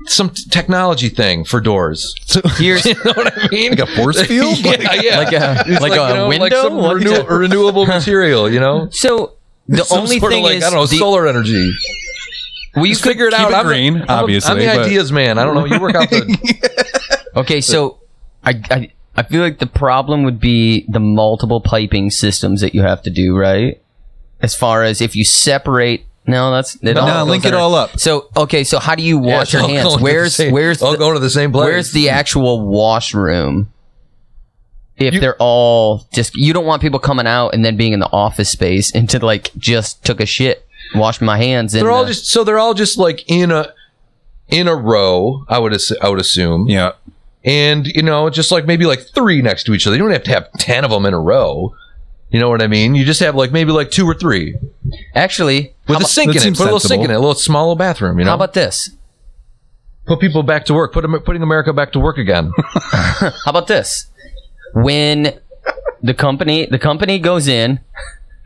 some t- technology thing for doors. [laughs] here's you know what I mean? Like a [laughs] force field? yeah, yeah. like a It's like, a you know, window. like some What is renew- that? renewable material, you know? so the Some only sort of thing like, is I don't know, the- solar energy. well, you could Figure it out. it I'm the- green, I'm the- obviously, I'm the but- ideas man. I don't know. You work out the. Okay, so I, I I feel like the problem would be the multiple piping systems that you have to do, right? As far as if you separate, no, that's it all No, goes link it under- all up. So okay, so how do you Yeah, [laughs] wash it's all your going hands? to the Where's same- where's all the, going to the same place? where's the actual washroom? If they're all just, you don't want people coming out and then being in the office space and to like just took a shit, washed my hands. And They're all uh, just so they're all just like in a in a row. I would ass- I would assume, Yeah, and you know, just like maybe like three next to each other. You don't have to have ten of them in a row. You know what I mean? You just have like maybe like two or three actually. with a how, sink that in it. seems Put a little sink sensible. in it, a little small little bathroom. You know, how about this? put people back to work. Put 'em- putting America back to work [laughs] again. How about this? When the company the company goes in, [laughs]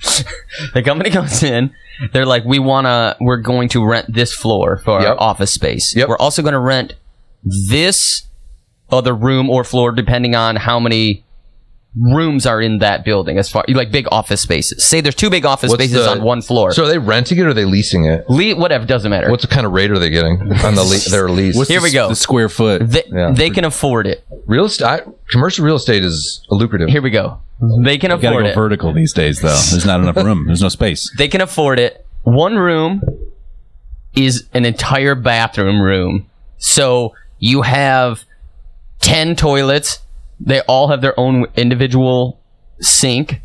the company goes in. They're like, we wanna, we're going to rent this floor for Yep. our office space. Yep. We're also going to rent this other room or floor, depending on how many rooms are in that building. As far like big office spaces, say there's two big office What's spaces the- on one floor. so are they renting it or are they leasing it? Le- whatever doesn't matter. What's the kind of rate are they getting on the le- their lease? What's Here the we s- go. The square foot. they, Yeah. they can afford it. real estate? Commercial real estate is lucrative. Here we go. They can Gotta afford go it. vertical these days, though. There's not enough room. There's no space. they can afford it. One room is an entire bathroom room. So you have 10 toilets. They all have their own individual sink.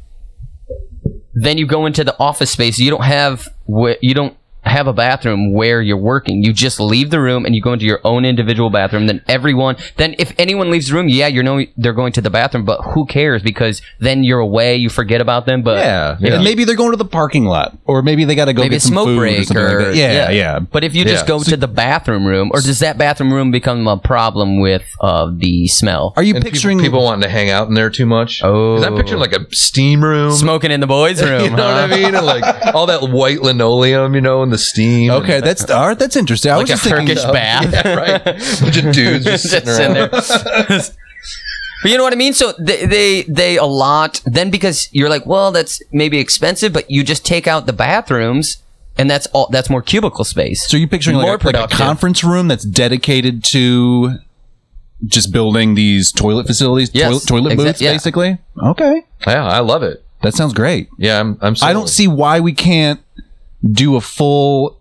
Then you go into the office space. You don't have wh- you don't have a bathroom where you're working. You just leave the room and you go into your own individual bathroom. Then everyone, then if anyone leaves the room, yeah, you know they're going to the bathroom, but who cares because then you're away, you forget about them, but Yeah, And maybe they're going to the parking lot, or maybe they got to go maybe get a some smoke food or break something like or, that. Yeah, yeah. But if you just Yeah. go to the bathroom room, or does that bathroom room become a problem with uh, the smell? Are you And picturing people, people wanting to hang out in there too much? Oh. 'Cause I'm picturing like a steam room. Smoking in [laughs] the boys' [laughs] room. you know huh? what I mean? And like all that white linoleum, you know, and the steam. and- Okay, that's all right. That's interesting. I Like was a just thinking, Turkish [laughs] bath. Yeah, right. Bunch of dudes just [laughs] Just sitting in around. there. but you know what I mean? So they, they they a lot then because you're like, well, that's maybe expensive, but you just take out the bathrooms and that's all that's more cubicle space. So you're picturing More like a, like a productive. conference room that's dedicated to just building these toilet facilities, Yes, toilet, toilet exact- booths, yeah. basically. Okay, Yeah, I love it. that sounds great. Yeah, I'm. I'm I don't sold. see why we can't do a full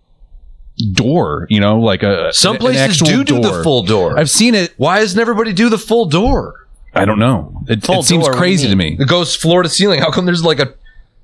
door. You know, like a Some an- an places actual do do the door. full door. I've seen it. Why doesn't everybody do the full door? I don't know. It, Full it seems door, what do you crazy to me. It goes floor to ceiling. How come there's like a?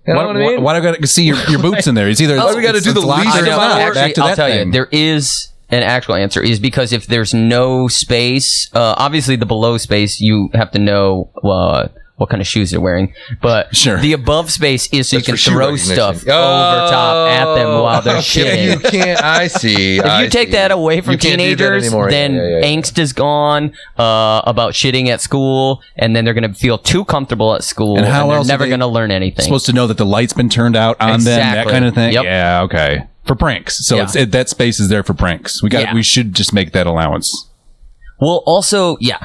You know Why, what I mean? why, why do I got to see your, your boots in there? It's [laughs] either Why do we gotta it's- do it's the locked least or I Turn it's know, amount not. of actually, work. Back to I'll that tell thing. you, there is an actual answer is because if there's no space, uh, obviously the below space, you have to know uh, what kind of shoes you're wearing. But Sure. the above space is so That's you for can shoe throw recognition. Oh, stuff over top at them while they're [laughs] okay, shitting. You can't. I see. If you take that away from teenagers, then angst is gone uh, about shitting at school, and then they're going to feel too comfortable at school, And how they're else are never they going to learn anything. Supposed to know that the light's been turned out on them, that Exactly. kind of thing. Yep. Yeah, okay. For pranks, so Yeah. it's, it, that space is there for pranks. We got. Yeah. We should just make that allowance. well, also, yeah.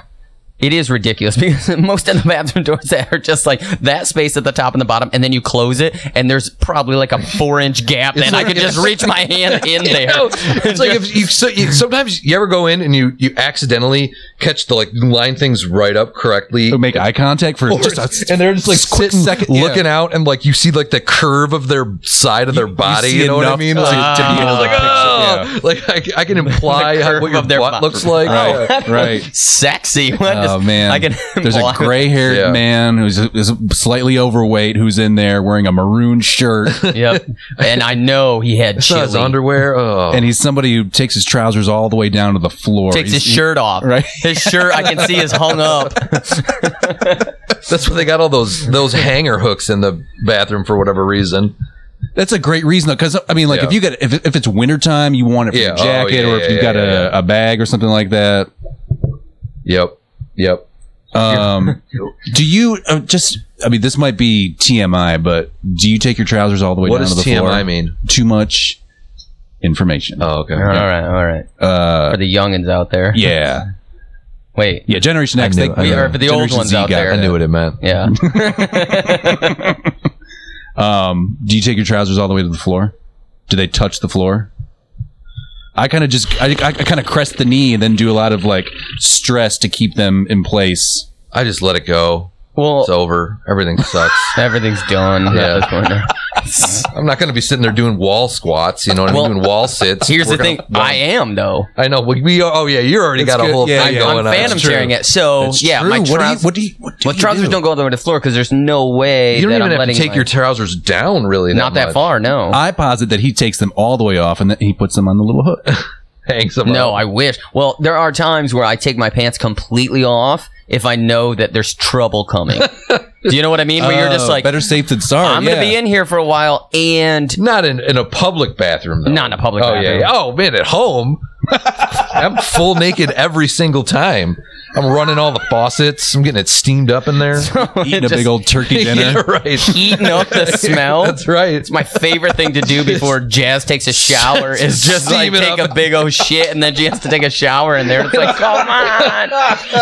It is ridiculous [laughs] because most of the bathroom doors that are just like that space at the top and the bottom, and then you close it, and there's probably like a four inch gap, and I could just reach [laughs] my hand in there. [laughs] it's like if you, so you sometimes you ever go in and you you accidentally catch the like line things right up correctly. We make eye contact for Or- just a and they're just like quick sitting, second- yeah. looking out, and like you see like the curve of their side of their body. You, see know what I enough mean? to- Like, to be able to like, picture- "Oh!" Like, I, I can imply how- what curve your of their butt body. looks like. Yeah. [laughs] right, Oh, right. Sexy. [laughs] Oh man, I can [laughs] there's [laughs] a gray-haired Yeah. man who's is slightly overweight who's in there wearing a maroon [laughs] shirt, Yep. And I know he had It's not his chili. underwear. Oh, and he's somebody who takes his trousers all the way down to the floor. takes his He's- shirt off. Right. His shirt, I can see, is [laughs] hung up. that's where they got all those those hanger hooks in the bathroom for whatever reason. That's a great reason, though, because I mean, like Yeah. if you get if, if it's wintertime, you want it for Yeah. your Oh, jacket, yeah, or if yeah, you got yeah, a, a bag or something like that. Yep, yep. [laughs] Um, do you uh, just? I mean, this might be TMI, but do you take your trousers all the way What down does to the TMI floor? mean? Too much information. Oh, okay. All right, all right. Uh, For the youngins out there. yeah, Wait. yeah. Generation X. knew they, it. I yeah, knew it. For the old Generation ones Z out got there. I knew what it meant. Yeah. [laughs] Um, do you take your trousers all the way to the floor? Do they touch the floor? I kind of just I, I kind of crest the knee and then do a lot of like stress to keep them in place. I just let it go. Well, It's over. Everything [laughs] sucks. everything's done. at Yeah. [laughs] this point. I'm not going to be sitting there doing wall squats. You know what I mean? Well, doing wall sits. Here's We're the gonna- thing. I am though. I know. We, we oh yeah, you already got a good. whole Yeah, thing yeah. going I'm on. I'm phantom It's true. sharing it. So It's yeah, true. my what trousers. do you what do you what do my you trousers do? do? not go all the way to the floor because there's no way You don't that even I'm have to letting take my- your trousers down, really. not that much. [laughs] far. No. I posit that he takes them all the way off and then he puts them on the little [laughs] hook. Hangs them No, up. I wish. Well, there are times where I take my pants completely off if I know that there's trouble [laughs] coming. Do you know what I mean? Where you're just Oh, like, better safe than sorry. I'm yeah. gonna be in here for a while, and Not in, in a public bathroom. Though. Not in a public oh, bathroom. Yeah, yeah. Oh man, at home, [laughs] I'm full naked every single time. I'm running all the faucets. I'm getting it steamed up in [laughs] there. eating a just big old turkey [laughs] dinner. yeah, right. eating up the [laughs] [laughs] smell. That's right. It's my favorite thing to do before Jazz takes a shower is just like Steam it take up. a big old shit and then she has to take a shower in there. [laughs] It's like, come on.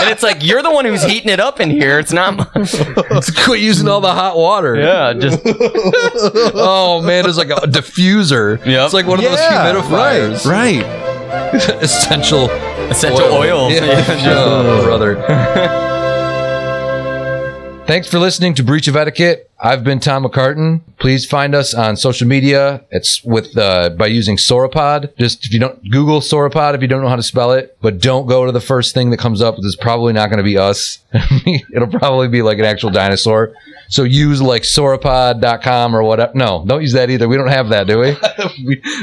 And it's like, you're the one who's heating it up in here. It's not my. [laughs] Quit using all the hot water. Yeah, just. Oh man, it's like a diffuser. Yep. It's like one of Yeah, those humidifiers. Right. [laughs] Essential Essential oils. Yeah. Oh, brother. [laughs] Thanks for listening to Breach of Etiquette. I've been Tom McCartan. Please find us on social media. It's with uh, by using Sauropod. Just if you don't Google Sauropod if you don't know how to spell it, but don't go to the first thing that comes up. It's probably not going to be us. [laughs] It'll probably be like an actual dinosaur. So use like sauropod.com or whatever. No, don't use that either. We don't have that, do we?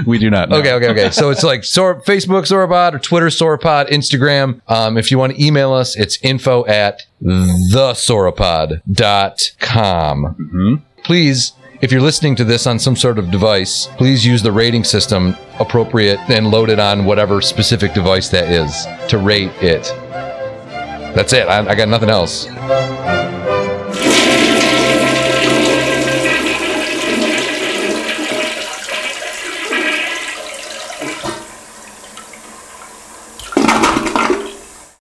We do not. Know. Okay, okay, okay. So it's like Sor- Facebook Sauropod or Twitter Sauropod, Instagram. Um, if you want to email us, it's info at thesauropod.com. Please, if you're listening to this on some sort of device, please use the rating system appropriate and load it on whatever specific device that is to rate it. That's it. I, I got nothing else.